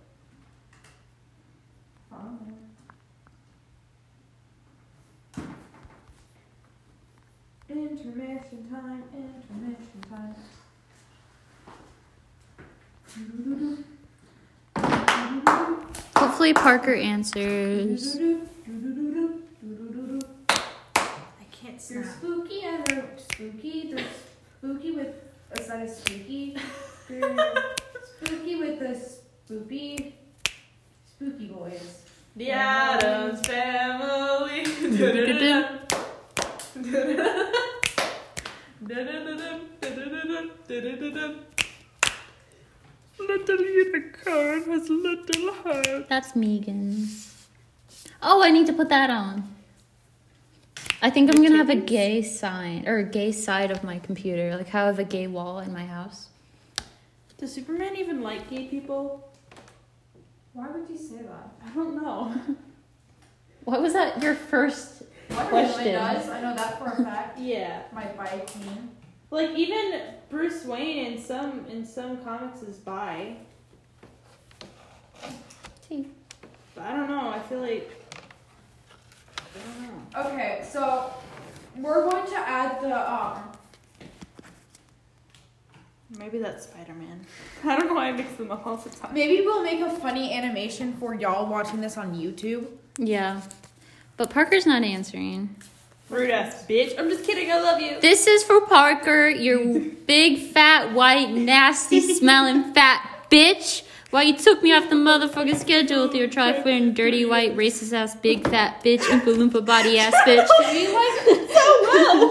[SPEAKER 2] Intermission time, intermission time.
[SPEAKER 1] Hopefully, Parker answers.
[SPEAKER 2] You're
[SPEAKER 3] I can't snap.
[SPEAKER 2] spooky and you're spooky. You're spooky with a side of spooky. You're spooky with a spoopy. Spooky boys.
[SPEAKER 3] The Adams Family.
[SPEAKER 2] Little unicorn has little heart.
[SPEAKER 1] That's Megan. Oh, I need to put that on. I think I'm gonna have a gay sign or a gay side of my computer. Like, how I have a gay wall in my house.
[SPEAKER 3] Does Superman even like gay people?
[SPEAKER 2] Why would you say that?
[SPEAKER 3] I don't know. [LAUGHS]
[SPEAKER 1] What was that? Your first
[SPEAKER 2] Question.
[SPEAKER 1] Question.
[SPEAKER 2] Does. I know that for a fact.
[SPEAKER 3] Yeah.
[SPEAKER 2] My bike team.
[SPEAKER 3] Like even Bruce Wayne in some in some comics is bi.
[SPEAKER 1] tea?
[SPEAKER 3] But I don't know. I feel like I don't know.
[SPEAKER 2] Okay, so we're going to add the um.
[SPEAKER 3] Maybe that's Spider Man. [LAUGHS] I don't know why I mix them up all the time.
[SPEAKER 2] Maybe we'll make a funny animation for y'all watching this on YouTube.
[SPEAKER 1] Yeah. But Parker's not answering.
[SPEAKER 3] Rude ass bitch. I'm just kidding. I love you.
[SPEAKER 1] This is for Parker, you big, fat, white, nasty smelling fat bitch. Why you took me off the motherfucking schedule with your tri wearing dirty, white, racist ass, big, fat bitch, Oompa Loompa body ass bitch.
[SPEAKER 2] We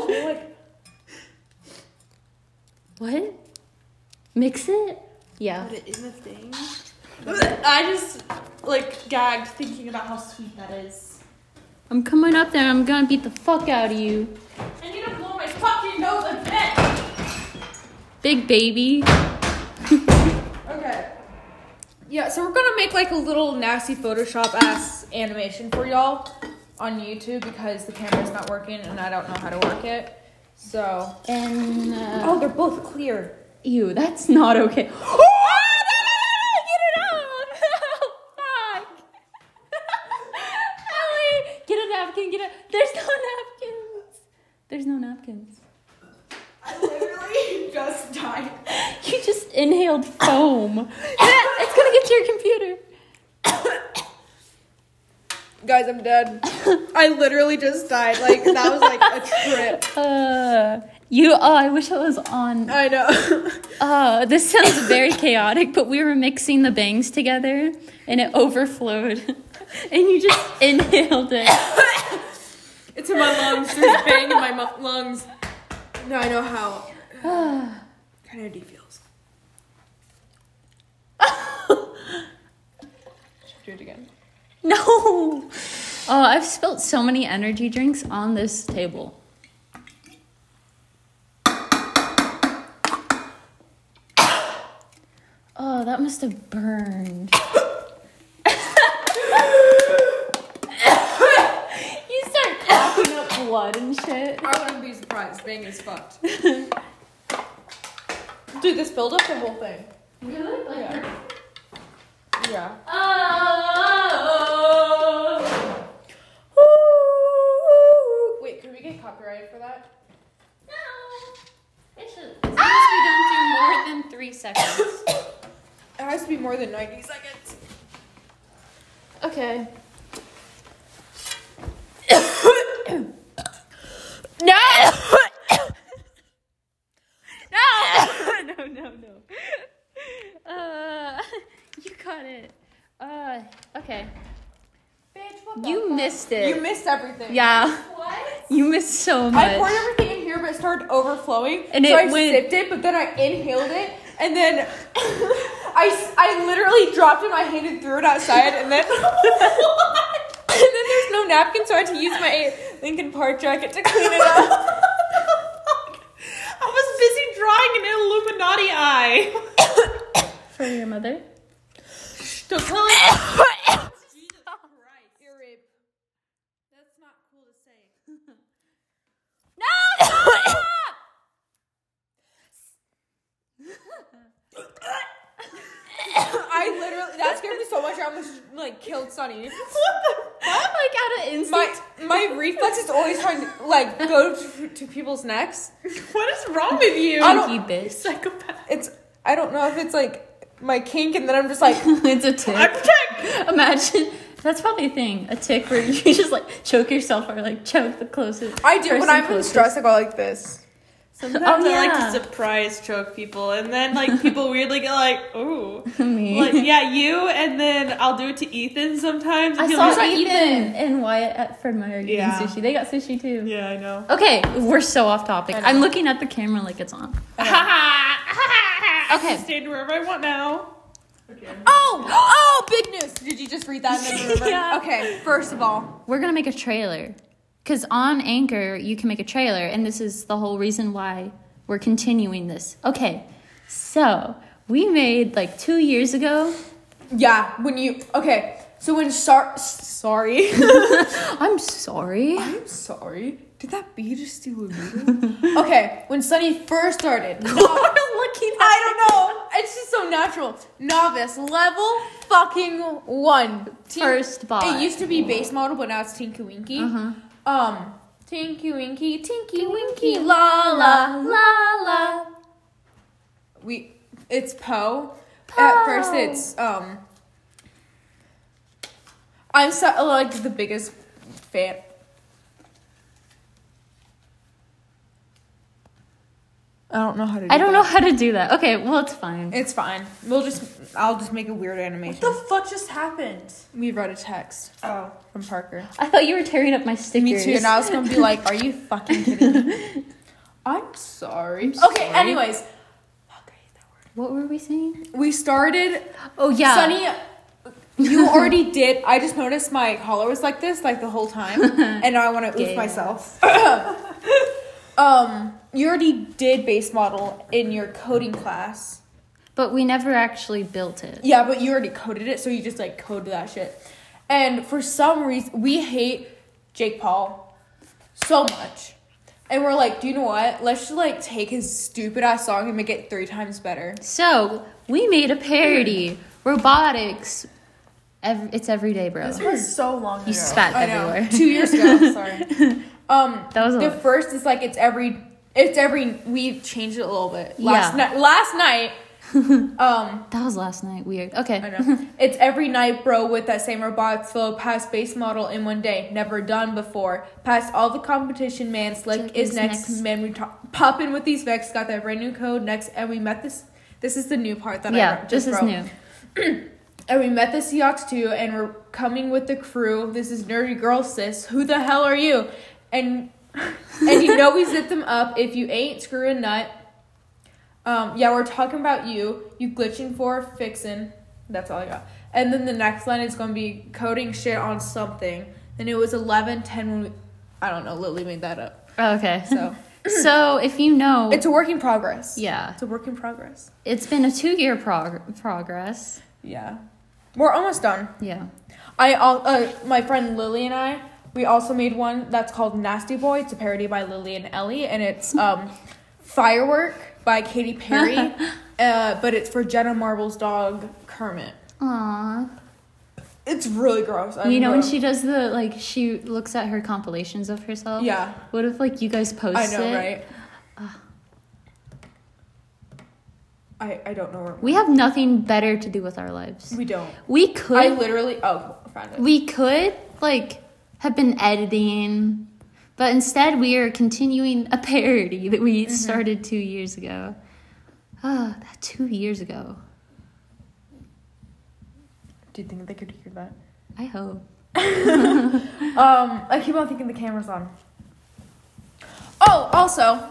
[SPEAKER 2] like
[SPEAKER 1] What? Mix it? Yeah.
[SPEAKER 3] But it is a thing. I just like gagged thinking about how sweet that is.
[SPEAKER 1] I'm coming up there and I'm gonna beat the fuck out of you.
[SPEAKER 3] I need to blow my fucking nose again.
[SPEAKER 1] Big baby.
[SPEAKER 2] okay. Yeah, so we're gonna make like a little nasty Photoshop ass animation for y'all on YouTube because the camera's not working and I don't know how to work it. So
[SPEAKER 1] And. Uh,
[SPEAKER 2] Oh, they're both clear.
[SPEAKER 1] Ew, that's not okay. Oh, no, [LAUGHS] Oh, no, no, no, no, get it out! Fuck! Ellie, get a napkin, get a. There's no seconds.
[SPEAKER 3] I
[SPEAKER 2] [LAUGHS]
[SPEAKER 3] literally just died.
[SPEAKER 1] [LAUGHS] You just inhaled foam. it's gonna get to your computer.
[SPEAKER 2] Guys, I'm dead. I literally just died. Like that was like a trip.
[SPEAKER 1] Uh, you. Oh, I wish it was on.
[SPEAKER 2] I know. [LAUGHS]
[SPEAKER 1] Oh, this sounds very chaotic, but we were mixing the bangs together and it overflowed. [LAUGHS] and you just inhaled it. [SIGHS]
[SPEAKER 2] it's in my lungs. There's bang in my mu- lungs. Now I know how Trinity [LAUGHS] feels. Should do it again.
[SPEAKER 1] no. Oh, I've spilt so many energy drinks on this table. Oh, that must have burned. you start coughing up blood and shit.
[SPEAKER 2] I wouldn't be surprised. Bang is fucked. [LAUGHS] Dude, this filled up the whole thing.
[SPEAKER 1] Really?
[SPEAKER 2] Yeah. Yeah.
[SPEAKER 1] Oh.
[SPEAKER 2] Wait, could we get copyrighted for that?
[SPEAKER 1] No. It should. As long as we don't do more than three seconds.
[SPEAKER 2] It has to be more than 90
[SPEAKER 1] [COUGHS]
[SPEAKER 2] seconds.
[SPEAKER 1] Okay. [COUGHS] No.
[SPEAKER 2] No!
[SPEAKER 1] [COUGHS] no. No. No. Uh, [LAUGHS] you got it. Uh, okay.
[SPEAKER 2] Bitch, what
[SPEAKER 1] You missed it.
[SPEAKER 2] You missed everything.
[SPEAKER 1] yeah.
[SPEAKER 3] What?
[SPEAKER 1] You missed so much.
[SPEAKER 2] I poured everything in here, but it started overflowing.
[SPEAKER 1] And
[SPEAKER 2] so
[SPEAKER 1] it
[SPEAKER 2] I
[SPEAKER 1] went-
[SPEAKER 2] sipped it, but then I inhaled it, and then [LAUGHS] I, s- I literally dropped it. in My hand and threw it outside, and [LAUGHS] then and then there's no napkin, so I had to use my Lincoln Park jacket to clean it up. [LAUGHS] I was busy drawing an Illuminati eye.
[SPEAKER 1] For your mother.
[SPEAKER 2] Don't tell
[SPEAKER 1] [COUGHS]
[SPEAKER 2] it. Jesus Christ. Ear rape. That's not cool to say.
[SPEAKER 1] [COUGHS] No.
[SPEAKER 2] I literally that scared me so much. I almost like killed [LAUGHS] Sunny.
[SPEAKER 1] like out of instinct.
[SPEAKER 2] My my reflex is always trying to like go to, to people's necks.
[SPEAKER 4] What is wrong with you?
[SPEAKER 2] I don't.
[SPEAKER 1] bitch.
[SPEAKER 4] Psychopath.
[SPEAKER 2] It's I don't know if it's like my kink, and then [LAUGHS] I'm just like
[SPEAKER 1] [LAUGHS] it's a
[SPEAKER 4] I'm
[SPEAKER 1] tick.
[SPEAKER 4] tech.
[SPEAKER 1] Imagine that's probably a thing. A tick where you [LAUGHS] just like choke yourself or like choke the closest.
[SPEAKER 2] I do when
[SPEAKER 1] person
[SPEAKER 2] I'm in
[SPEAKER 1] closest.
[SPEAKER 2] stress. I go like this.
[SPEAKER 4] Sometimes I like
[SPEAKER 1] Oh, yeah.
[SPEAKER 4] to surprise choke people, and then like
[SPEAKER 1] [LAUGHS]
[SPEAKER 4] people weirdly get like, "Ooh,
[SPEAKER 1] Me.
[SPEAKER 4] like yeah, you." And then I'll do it to Ethan sometimes.
[SPEAKER 1] I
[SPEAKER 4] and he'll
[SPEAKER 1] saw
[SPEAKER 4] be like,
[SPEAKER 1] Ethan and Wyatt at Fred Meyer getting
[SPEAKER 4] Yeah.
[SPEAKER 1] sushi. They got sushi too.
[SPEAKER 4] Yeah, I know.
[SPEAKER 1] Okay, we're so off topic.
[SPEAKER 2] I know.
[SPEAKER 1] I'm looking at the camera like it's on.
[SPEAKER 4] okay.
[SPEAKER 1] Okay.
[SPEAKER 4] Stand wherever I want now.
[SPEAKER 2] Oh oh, big news! Did you just read that? In the river?
[SPEAKER 1] Yeah.
[SPEAKER 2] Okay, first of all,
[SPEAKER 1] We're gonna make a trailer. Cause on Anchor you can make a trailer, and this is the whole reason why we're continuing this. Okay, so we made like two years ago. [GASPS]
[SPEAKER 2] yeah, when you okay, so when sar sorry, [LAUGHS]
[SPEAKER 1] I'm sorry.
[SPEAKER 2] I'm sorry. Did that bee just steal a needle? okay, when Sunny first [LAUGHS] started,
[SPEAKER 1] We're looking at
[SPEAKER 2] I don't know. [LAUGHS] It's just so natural. Novice level fucking one. Teen-
[SPEAKER 1] First bot.
[SPEAKER 2] It used to be base model, but now it's Tinky Winky. Um, Tinky Winky, Tinky Winky, la la la la. We, it's Poe. At
[SPEAKER 1] Poe.
[SPEAKER 2] first, it's um. I'm so like the biggest fan. I don't know how to. Do
[SPEAKER 1] I don't
[SPEAKER 2] that.
[SPEAKER 1] know how to do that. Okay, well it's fine.
[SPEAKER 2] It's fine. We'll just I'll just make a weird animation.
[SPEAKER 3] The fuck just happened?
[SPEAKER 2] we read a text
[SPEAKER 4] Oh,
[SPEAKER 2] from Parker.
[SPEAKER 1] I thought you were tearing up my stickers.
[SPEAKER 2] Me too. And I was gonna be like, "Are you fucking kidding me?" [LAUGHS] I'm sorry.
[SPEAKER 3] Okay, anyways.
[SPEAKER 1] What were we saying?
[SPEAKER 2] we started.
[SPEAKER 1] Oh yeah.
[SPEAKER 2] Sunny,
[SPEAKER 1] [LAUGHS]
[SPEAKER 2] you already did. I just noticed my collar was like this like the
[SPEAKER 1] [LAUGHS]
[SPEAKER 2] whole time, and now I want to oof
[SPEAKER 1] Yeah.
[SPEAKER 2] myself. [LAUGHS] um, you already did base model in your coding class.
[SPEAKER 1] But we never actually built it.
[SPEAKER 2] Yeah, but you already coded it, so you just like code that shit. And for some reason, we hate Jake Paul so much. And we're like, do you know what? Let's just like take his stupid ass song and make it three times better.
[SPEAKER 1] So we made a parody. Robotics. Ev- it's every day, bro.
[SPEAKER 3] This was so long ago.
[SPEAKER 1] You spat
[SPEAKER 2] I know.
[SPEAKER 1] everywhere. [LAUGHS]
[SPEAKER 2] Two years ago, sorry. Um,
[SPEAKER 1] That was a
[SPEAKER 2] the
[SPEAKER 1] lot.
[SPEAKER 2] first is like it's every it's every we changed it a little bit. Last
[SPEAKER 1] Yeah.
[SPEAKER 2] night,
[SPEAKER 1] [LAUGHS]
[SPEAKER 2] last night, um,
[SPEAKER 1] That was last night. Weird.
[SPEAKER 2] I
[SPEAKER 1] Okay.
[SPEAKER 2] know it's every night, bro, with that same robotics flow, past base model in one day, never done before. Past all the competition, man. Slick
[SPEAKER 1] Slick
[SPEAKER 2] is
[SPEAKER 1] is
[SPEAKER 2] next,
[SPEAKER 1] next.
[SPEAKER 2] man. We top, pop in with these Vex, got that brand new code next, and we met this. This is the new part that I
[SPEAKER 1] Yeah,
[SPEAKER 2] wrote,
[SPEAKER 1] this
[SPEAKER 2] just
[SPEAKER 1] is
[SPEAKER 2] wrote.
[SPEAKER 1] new.
[SPEAKER 2] And we met the Seahawks too, and we're coming with the crew. This is Nerdy Girl Sis. Who the hell are you? And and you know we zip them up. If you ain't screw a nut, um, yeah, we're talking about you. You glitching for fixing. That's all I got. And then the next line is gonna be coding shit on something. And it was eleven ten when we, I don't know. Lily made that up.
[SPEAKER 1] Oh, okay. So,
[SPEAKER 2] So
[SPEAKER 1] so if you know,
[SPEAKER 2] [LAUGHS] it's a work in progress.
[SPEAKER 1] yeah,
[SPEAKER 2] it's a work in progress.
[SPEAKER 1] it's been a two-year prog- progress.
[SPEAKER 2] Yeah, we're almost done.
[SPEAKER 1] Yeah.
[SPEAKER 2] I al- uh, my friend Lily and I we also made one that's called Nasty Boy. It's a parody by Lily and Ellie, and it's um, Firework by
[SPEAKER 1] [LAUGHS]
[SPEAKER 2] Katy Perry, uh, but it's for Jenna Marbles' dog Kermit.
[SPEAKER 1] Aww.
[SPEAKER 2] It's really gross. I'm
[SPEAKER 1] you know when
[SPEAKER 2] gross.
[SPEAKER 1] she does the like she looks at her compilations of herself.
[SPEAKER 2] Yeah.
[SPEAKER 1] What if like you guys post
[SPEAKER 2] I know,
[SPEAKER 1] it?
[SPEAKER 2] right? I I don't know where
[SPEAKER 1] We have nothing better to do with our lives.
[SPEAKER 2] we don't.
[SPEAKER 1] We
[SPEAKER 2] Mm-hmm. I
[SPEAKER 1] could
[SPEAKER 2] literally oh found it.
[SPEAKER 1] we could like have been editing, but instead we are continuing a parody that
[SPEAKER 2] Mm-hmm.
[SPEAKER 1] we started two years ago. Ah, that two years ago.
[SPEAKER 2] Do you think they could hear that?
[SPEAKER 1] I hope.
[SPEAKER 2] Um, I keep on thinking the camera's on. Oh, also,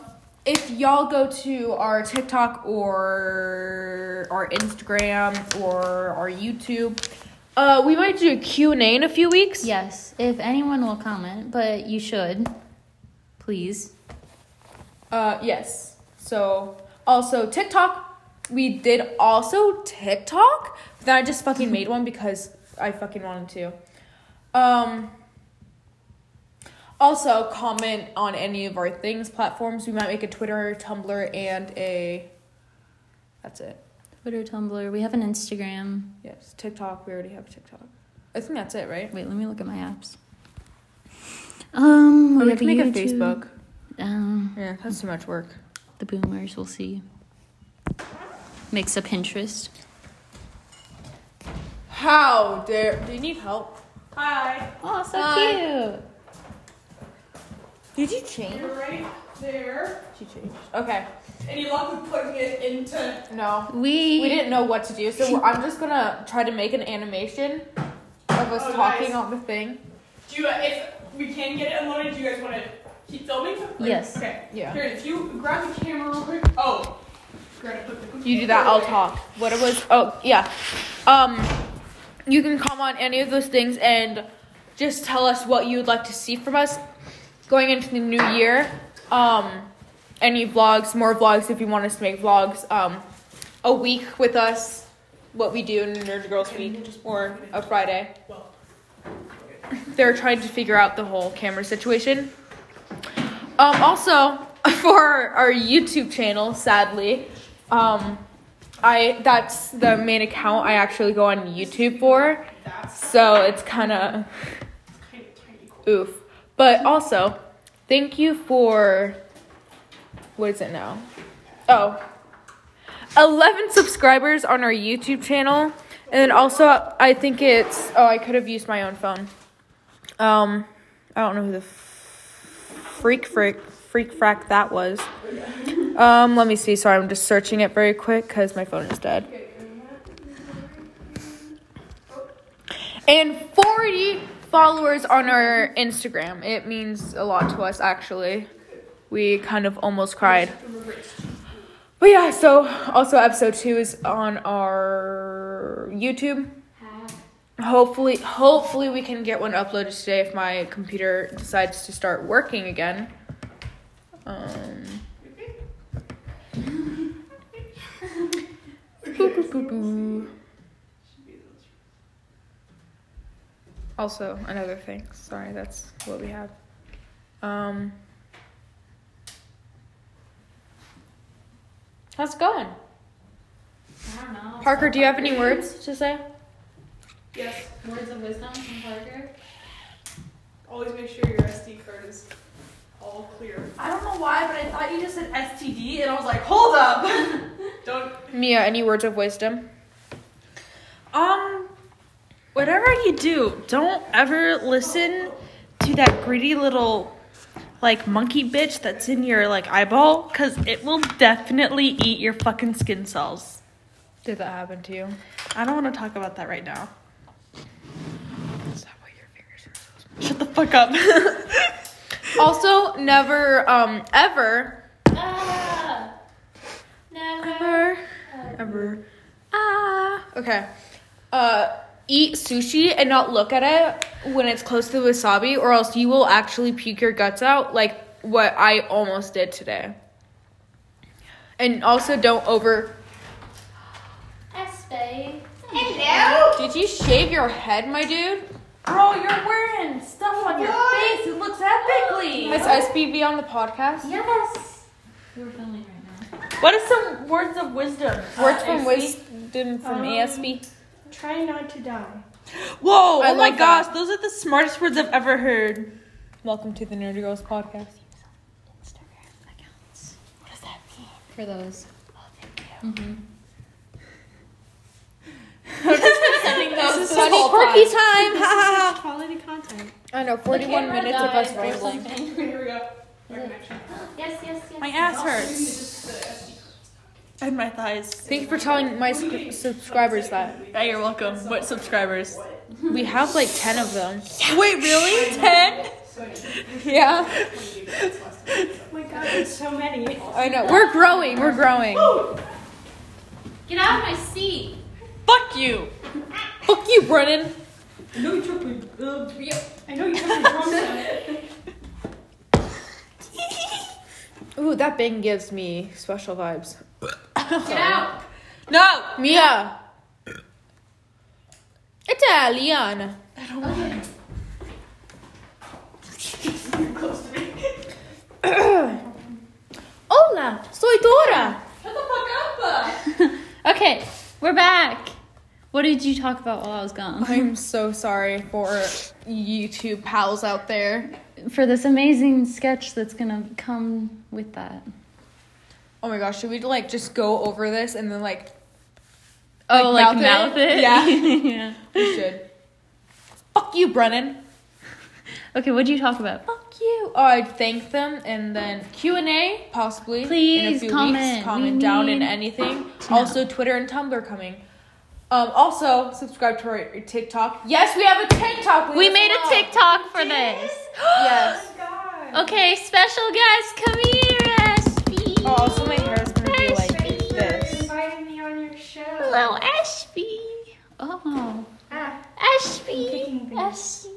[SPEAKER 2] if y'all go to our TikTok or our Instagram or our YouTube, uh, we might do a Q&A in a few weeks.
[SPEAKER 1] Yes, if anyone will comment, but you should, please.
[SPEAKER 2] Uh, yes. So, also TikTok. We did also TikTok. But then I just fucking made one because I fucking wanted to. Um. Also, comment on any of our things, platforms. We might make a Twitter, Tumblr, and a. That's it.
[SPEAKER 1] Twitter, Tumblr. We have an Instagram.
[SPEAKER 2] Yes, TikTok. We already have TikTok. I think that's it, right?
[SPEAKER 1] Wait, let me look at my apps. Um, we
[SPEAKER 2] Or we
[SPEAKER 1] have
[SPEAKER 2] can make a
[SPEAKER 1] YouTube.
[SPEAKER 2] Facebook.
[SPEAKER 1] Um,
[SPEAKER 2] Yeah, that's too much work.
[SPEAKER 1] the boomers. We'll see. Makes up Pinterest.
[SPEAKER 2] How dare? Do you need help?
[SPEAKER 3] Hi.
[SPEAKER 1] Oh, so
[SPEAKER 2] Hi.
[SPEAKER 1] cute.
[SPEAKER 2] Did you change?
[SPEAKER 3] You're right there.
[SPEAKER 2] She changed. Okay.
[SPEAKER 3] And you love me plugging it into.
[SPEAKER 2] No.
[SPEAKER 1] We,
[SPEAKER 2] we didn't know what to do, so I'm just gonna try to make an animation of us
[SPEAKER 3] Oh,
[SPEAKER 2] talking
[SPEAKER 3] nice.
[SPEAKER 2] on the thing.
[SPEAKER 3] Do you, if we can get it unloaded, do you guys want to keep filming? Like,
[SPEAKER 1] Yes.
[SPEAKER 3] Okay.
[SPEAKER 2] Yeah.
[SPEAKER 3] Here, if you grab the camera real quick. Oh. Grab it, put the-
[SPEAKER 2] You do that, I'll talk. What it was? Oh yeah. Um, you can comment on any of those things and just tell us what you would like to see from us going into the new year. Um, any vlogs, more vlogs if you want us to make vlogs. Um, a week with us, what we do in Nerd Girls Week or a Friday.
[SPEAKER 3] Well,
[SPEAKER 2] they're trying to figure out the whole camera situation. Um, also, [LAUGHS] for our, our YouTube channel, sadly, um, I that's the main account I actually go on YouTube for,
[SPEAKER 3] that's
[SPEAKER 2] so it's kind of
[SPEAKER 3] kind of tiny. cool.
[SPEAKER 2] oof. But also, thank you for what is it now? Oh. 11 subscribers on our YouTube channel. And then also, I think it's oh, I could have used my own phone. Um, I don't know who the f- freak freak freak frack that was. Um, let me see. Sorry, I'm just searching it very quick because my phone is dead. And 40 followers on our Instagram. It means a lot to us, actually. We kind of almost cried. But yeah, so also episode two is on our YouTube. Hopefully, hopefully we can get one uploaded today if my computer decides to start working again. Um. Boo, boo, boo, boo. Also, another thing. Sorry, that's what we have. Um. How's it going?
[SPEAKER 1] I don't know.
[SPEAKER 2] Parker, do you have any words to say?
[SPEAKER 3] Yes.
[SPEAKER 1] Words of wisdom from Parker.
[SPEAKER 3] Always make sure your SD card is
[SPEAKER 4] all clear.
[SPEAKER 3] I don't know why, but I thought you just said STD, and I was like, hold [LAUGHS] up.
[SPEAKER 4] Don't.
[SPEAKER 2] Mia, any words of wisdom?
[SPEAKER 5] Um, whatever you do, don't ever listen to that greedy little like monkey bitch that's in your like eyeball cuz it will definitely eat your fucking skin cells.
[SPEAKER 2] Did that happen to you?
[SPEAKER 5] I don't want to talk about that right now. Shut the fuck up. [LAUGHS]
[SPEAKER 2] Also, never, um, ever,
[SPEAKER 1] Ah, never.
[SPEAKER 2] ever, ever, ah. Okay. Uh, eat sushi and not look at it when it's close to wasabi, or else you will actually puke your guts out, like what I almost did today. And also, don't over.
[SPEAKER 1] Espay.
[SPEAKER 2] Did you shave your head, my dude?
[SPEAKER 3] Bro, you're wearing stuff on your face. It looks epically.
[SPEAKER 2] Has SBB on the podcast?
[SPEAKER 1] Yes. We're filming right now.
[SPEAKER 5] what are some words of wisdom?
[SPEAKER 2] Words from wisdom from
[SPEAKER 6] Um,
[SPEAKER 2] ASB.
[SPEAKER 6] Try not to die.
[SPEAKER 5] Whoa,
[SPEAKER 2] I
[SPEAKER 5] oh my
[SPEAKER 2] love
[SPEAKER 5] gosh,
[SPEAKER 2] that.
[SPEAKER 5] those are the smartest words I've ever heard.
[SPEAKER 2] Welcome to the Nerdy Girls podcast.
[SPEAKER 1] For those.
[SPEAKER 2] Sunny quirky time. Ha, ha, ha.
[SPEAKER 6] This is quality content.
[SPEAKER 2] I know. Forty-one
[SPEAKER 1] camera
[SPEAKER 2] minutes of
[SPEAKER 1] died
[SPEAKER 2] us
[SPEAKER 1] or
[SPEAKER 2] rambling.
[SPEAKER 1] something.
[SPEAKER 4] Here we go.
[SPEAKER 1] Yes, yes, yes.
[SPEAKER 5] My ass hurts. [LAUGHS] And my thighs.
[SPEAKER 2] Thank you for telling my sc- subscribers that
[SPEAKER 5] Yeah, you're welcome. What subscribers?
[SPEAKER 2] we have like ten of them.
[SPEAKER 5] [LAUGHS] Wait, really? Ten?
[SPEAKER 2] [LAUGHS] Yeah,
[SPEAKER 6] Oh my god, it's so many.
[SPEAKER 2] I know. We're growing. We're growing.
[SPEAKER 1] Get out of my seat.
[SPEAKER 5] Fuck you.
[SPEAKER 2] Fuck you, Brennan.
[SPEAKER 6] um, I know you have the drum set.
[SPEAKER 2] [LAUGHS] Ooh, that bang gives me special vibes.
[SPEAKER 1] Get out.
[SPEAKER 5] No.
[SPEAKER 2] Mia. Italian.
[SPEAKER 1] Okay.
[SPEAKER 6] [LAUGHS]
[SPEAKER 2] [CLEARS THROAT] Hola, soy Dora.
[SPEAKER 1] Okay, we're back. What did you talk about while I was gone?
[SPEAKER 2] I'm so sorry for YouTube pals out there.
[SPEAKER 1] For this amazing sketch that's gonna come with that.
[SPEAKER 2] Oh my gosh, should we like just go over this and then like
[SPEAKER 1] Oh, like, mouth, it?
[SPEAKER 2] Yeah,
[SPEAKER 1] Yeah.
[SPEAKER 2] we
[SPEAKER 1] [LAUGHS]
[SPEAKER 2] should. Fuck you, Brennan.
[SPEAKER 1] Okay, what did you talk about?
[SPEAKER 2] Fuck you. Oh, I'd thank them and then Q and A possibly. in a
[SPEAKER 1] Please
[SPEAKER 2] few
[SPEAKER 1] comment.
[SPEAKER 2] Weeks,
[SPEAKER 1] We
[SPEAKER 2] comment down in
[SPEAKER 1] need
[SPEAKER 2] anything.
[SPEAKER 1] know.
[SPEAKER 2] Also, Twitter and Tumblr coming. Um, also, subscribe to our TikTok. Yes, we have a TikTok. Leave
[SPEAKER 1] We
[SPEAKER 2] us
[SPEAKER 1] made a
[SPEAKER 2] alone.
[SPEAKER 1] TikTok for this.
[SPEAKER 2] [GASPS] Yes.
[SPEAKER 1] Okay, special guest, come here, Ashby.
[SPEAKER 2] Oh, also my hair is gonna be like
[SPEAKER 1] Ashby.
[SPEAKER 2] this.
[SPEAKER 6] inviting me on your show.
[SPEAKER 1] Hello, Ashby. Oh,
[SPEAKER 6] Ah,
[SPEAKER 1] Ashby.
[SPEAKER 6] picking
[SPEAKER 1] Ashby.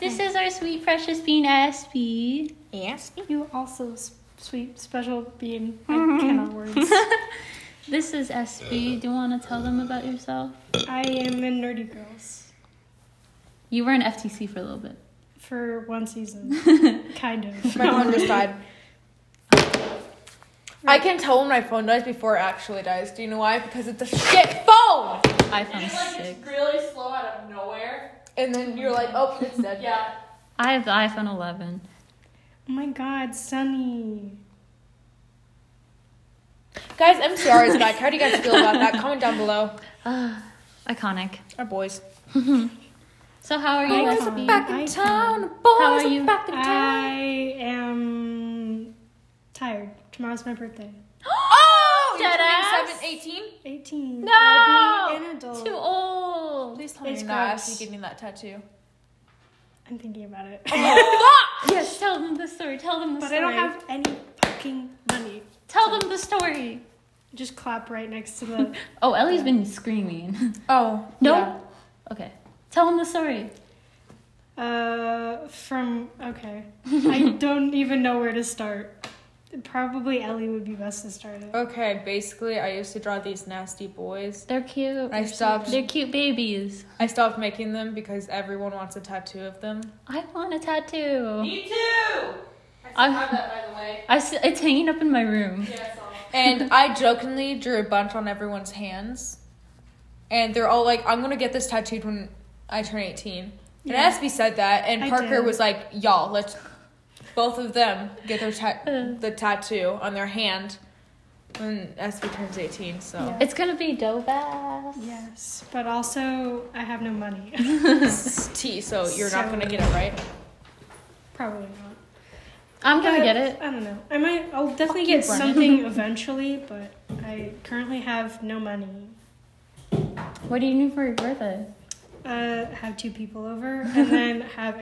[SPEAKER 1] This is our sweet, precious bean, Ashby.
[SPEAKER 2] Yes.
[SPEAKER 6] you also s- sweet special being. I
[SPEAKER 1] Mm-hmm. [LAUGHS]
[SPEAKER 6] cannot words.
[SPEAKER 1] This is Ashby. Do you want to tell them about yourself?
[SPEAKER 6] I am in Nerdy Girls
[SPEAKER 1] You were in FTC for a little bit.
[SPEAKER 6] for one
[SPEAKER 1] [LAUGHS]
[SPEAKER 6] season, kind of. Oh
[SPEAKER 2] My phone just [LAUGHS] died. I can tell when my phone dies before it actually dies. Do you know why? Because it's a shit phone.
[SPEAKER 1] iPhone
[SPEAKER 3] It's like
[SPEAKER 1] 6.
[SPEAKER 3] it's really slow out of nowhere.
[SPEAKER 2] And then you're like, oh, it's dead.
[SPEAKER 3] Yeah.
[SPEAKER 1] I have the iPhone 11.
[SPEAKER 6] Oh my god, Sunny.
[SPEAKER 2] Guys, MCR is back. How do you guys feel about that? Comment down below.
[SPEAKER 1] Iconic.
[SPEAKER 2] Our boys.
[SPEAKER 1] So how are you,
[SPEAKER 6] Boys are
[SPEAKER 1] Ashby?
[SPEAKER 6] back. in town,
[SPEAKER 1] How are you? Uh,
[SPEAKER 6] I am tired. Tomorrow's my birthday.
[SPEAKER 2] Oh, you're
[SPEAKER 1] Dead ass.
[SPEAKER 2] 27, 18?
[SPEAKER 6] 18.
[SPEAKER 1] No!
[SPEAKER 6] I'll be an adult.
[SPEAKER 1] Too old.
[SPEAKER 2] Please tell
[SPEAKER 6] me
[SPEAKER 2] me
[SPEAKER 6] It's
[SPEAKER 2] you're
[SPEAKER 6] you're not gross. actually
[SPEAKER 2] getting that tattoo.
[SPEAKER 6] I'm thinking about it.
[SPEAKER 1] Oh, Yes, tell them the story. Tell them the
[SPEAKER 6] but I
[SPEAKER 1] story.
[SPEAKER 6] don't have any fucking money.
[SPEAKER 1] Tell them the story.
[SPEAKER 6] Just clap right
[SPEAKER 1] [LAUGHS]
[SPEAKER 6] next to the.
[SPEAKER 1] Oh, Ellie's been screaming. [LAUGHS]
[SPEAKER 2] Oh.
[SPEAKER 1] No.
[SPEAKER 2] yeah.
[SPEAKER 1] Okay. Tell them the story.
[SPEAKER 6] Uh, from.
[SPEAKER 1] [LAUGHS]
[SPEAKER 6] Okay. I don't even know where to start. Probably Ellie would be best to start it.
[SPEAKER 2] Okay, basically, I used to draw these nasty boys.
[SPEAKER 1] They're cute.
[SPEAKER 2] I stopped.
[SPEAKER 1] They're cute babies.
[SPEAKER 2] I stopped making them because everyone wants a tattoo of them.
[SPEAKER 1] I want a tattoo.
[SPEAKER 3] Me too. I
[SPEAKER 1] I-
[SPEAKER 3] still have that, by the way.
[SPEAKER 1] I s- it's hanging up in my room.
[SPEAKER 3] Yeah, I saw it.
[SPEAKER 2] And I jokingly drew a bunch on everyone's hands. And they're all like, I'm gonna get this tattooed when I turn 18. And
[SPEAKER 6] Yeah.
[SPEAKER 2] Espy said that, and
[SPEAKER 6] I
[SPEAKER 2] Parker
[SPEAKER 6] did.
[SPEAKER 2] was like, Y'all, let's both of them get their
[SPEAKER 6] Uh.
[SPEAKER 2] ta- the tattoo on their hand when SB turns 18. So
[SPEAKER 6] Yeah.
[SPEAKER 1] It's gonna be dope ass.
[SPEAKER 6] Yes, but also I have no
[SPEAKER 1] [LAUGHS]
[SPEAKER 6] money.
[SPEAKER 2] it's T, so you're not
[SPEAKER 6] So-
[SPEAKER 2] gonna get it right.
[SPEAKER 6] Probably not.
[SPEAKER 1] I'm gonna
[SPEAKER 6] But
[SPEAKER 1] get it.
[SPEAKER 6] I don't know. I might. I'll definitely
[SPEAKER 2] Fuck you,
[SPEAKER 6] get
[SPEAKER 2] Brennan.
[SPEAKER 1] [LAUGHS]
[SPEAKER 6] something eventually, but I currently have no money.
[SPEAKER 1] What do you need for your birthday? [LAUGHS]
[SPEAKER 6] Uh, have two people over and then have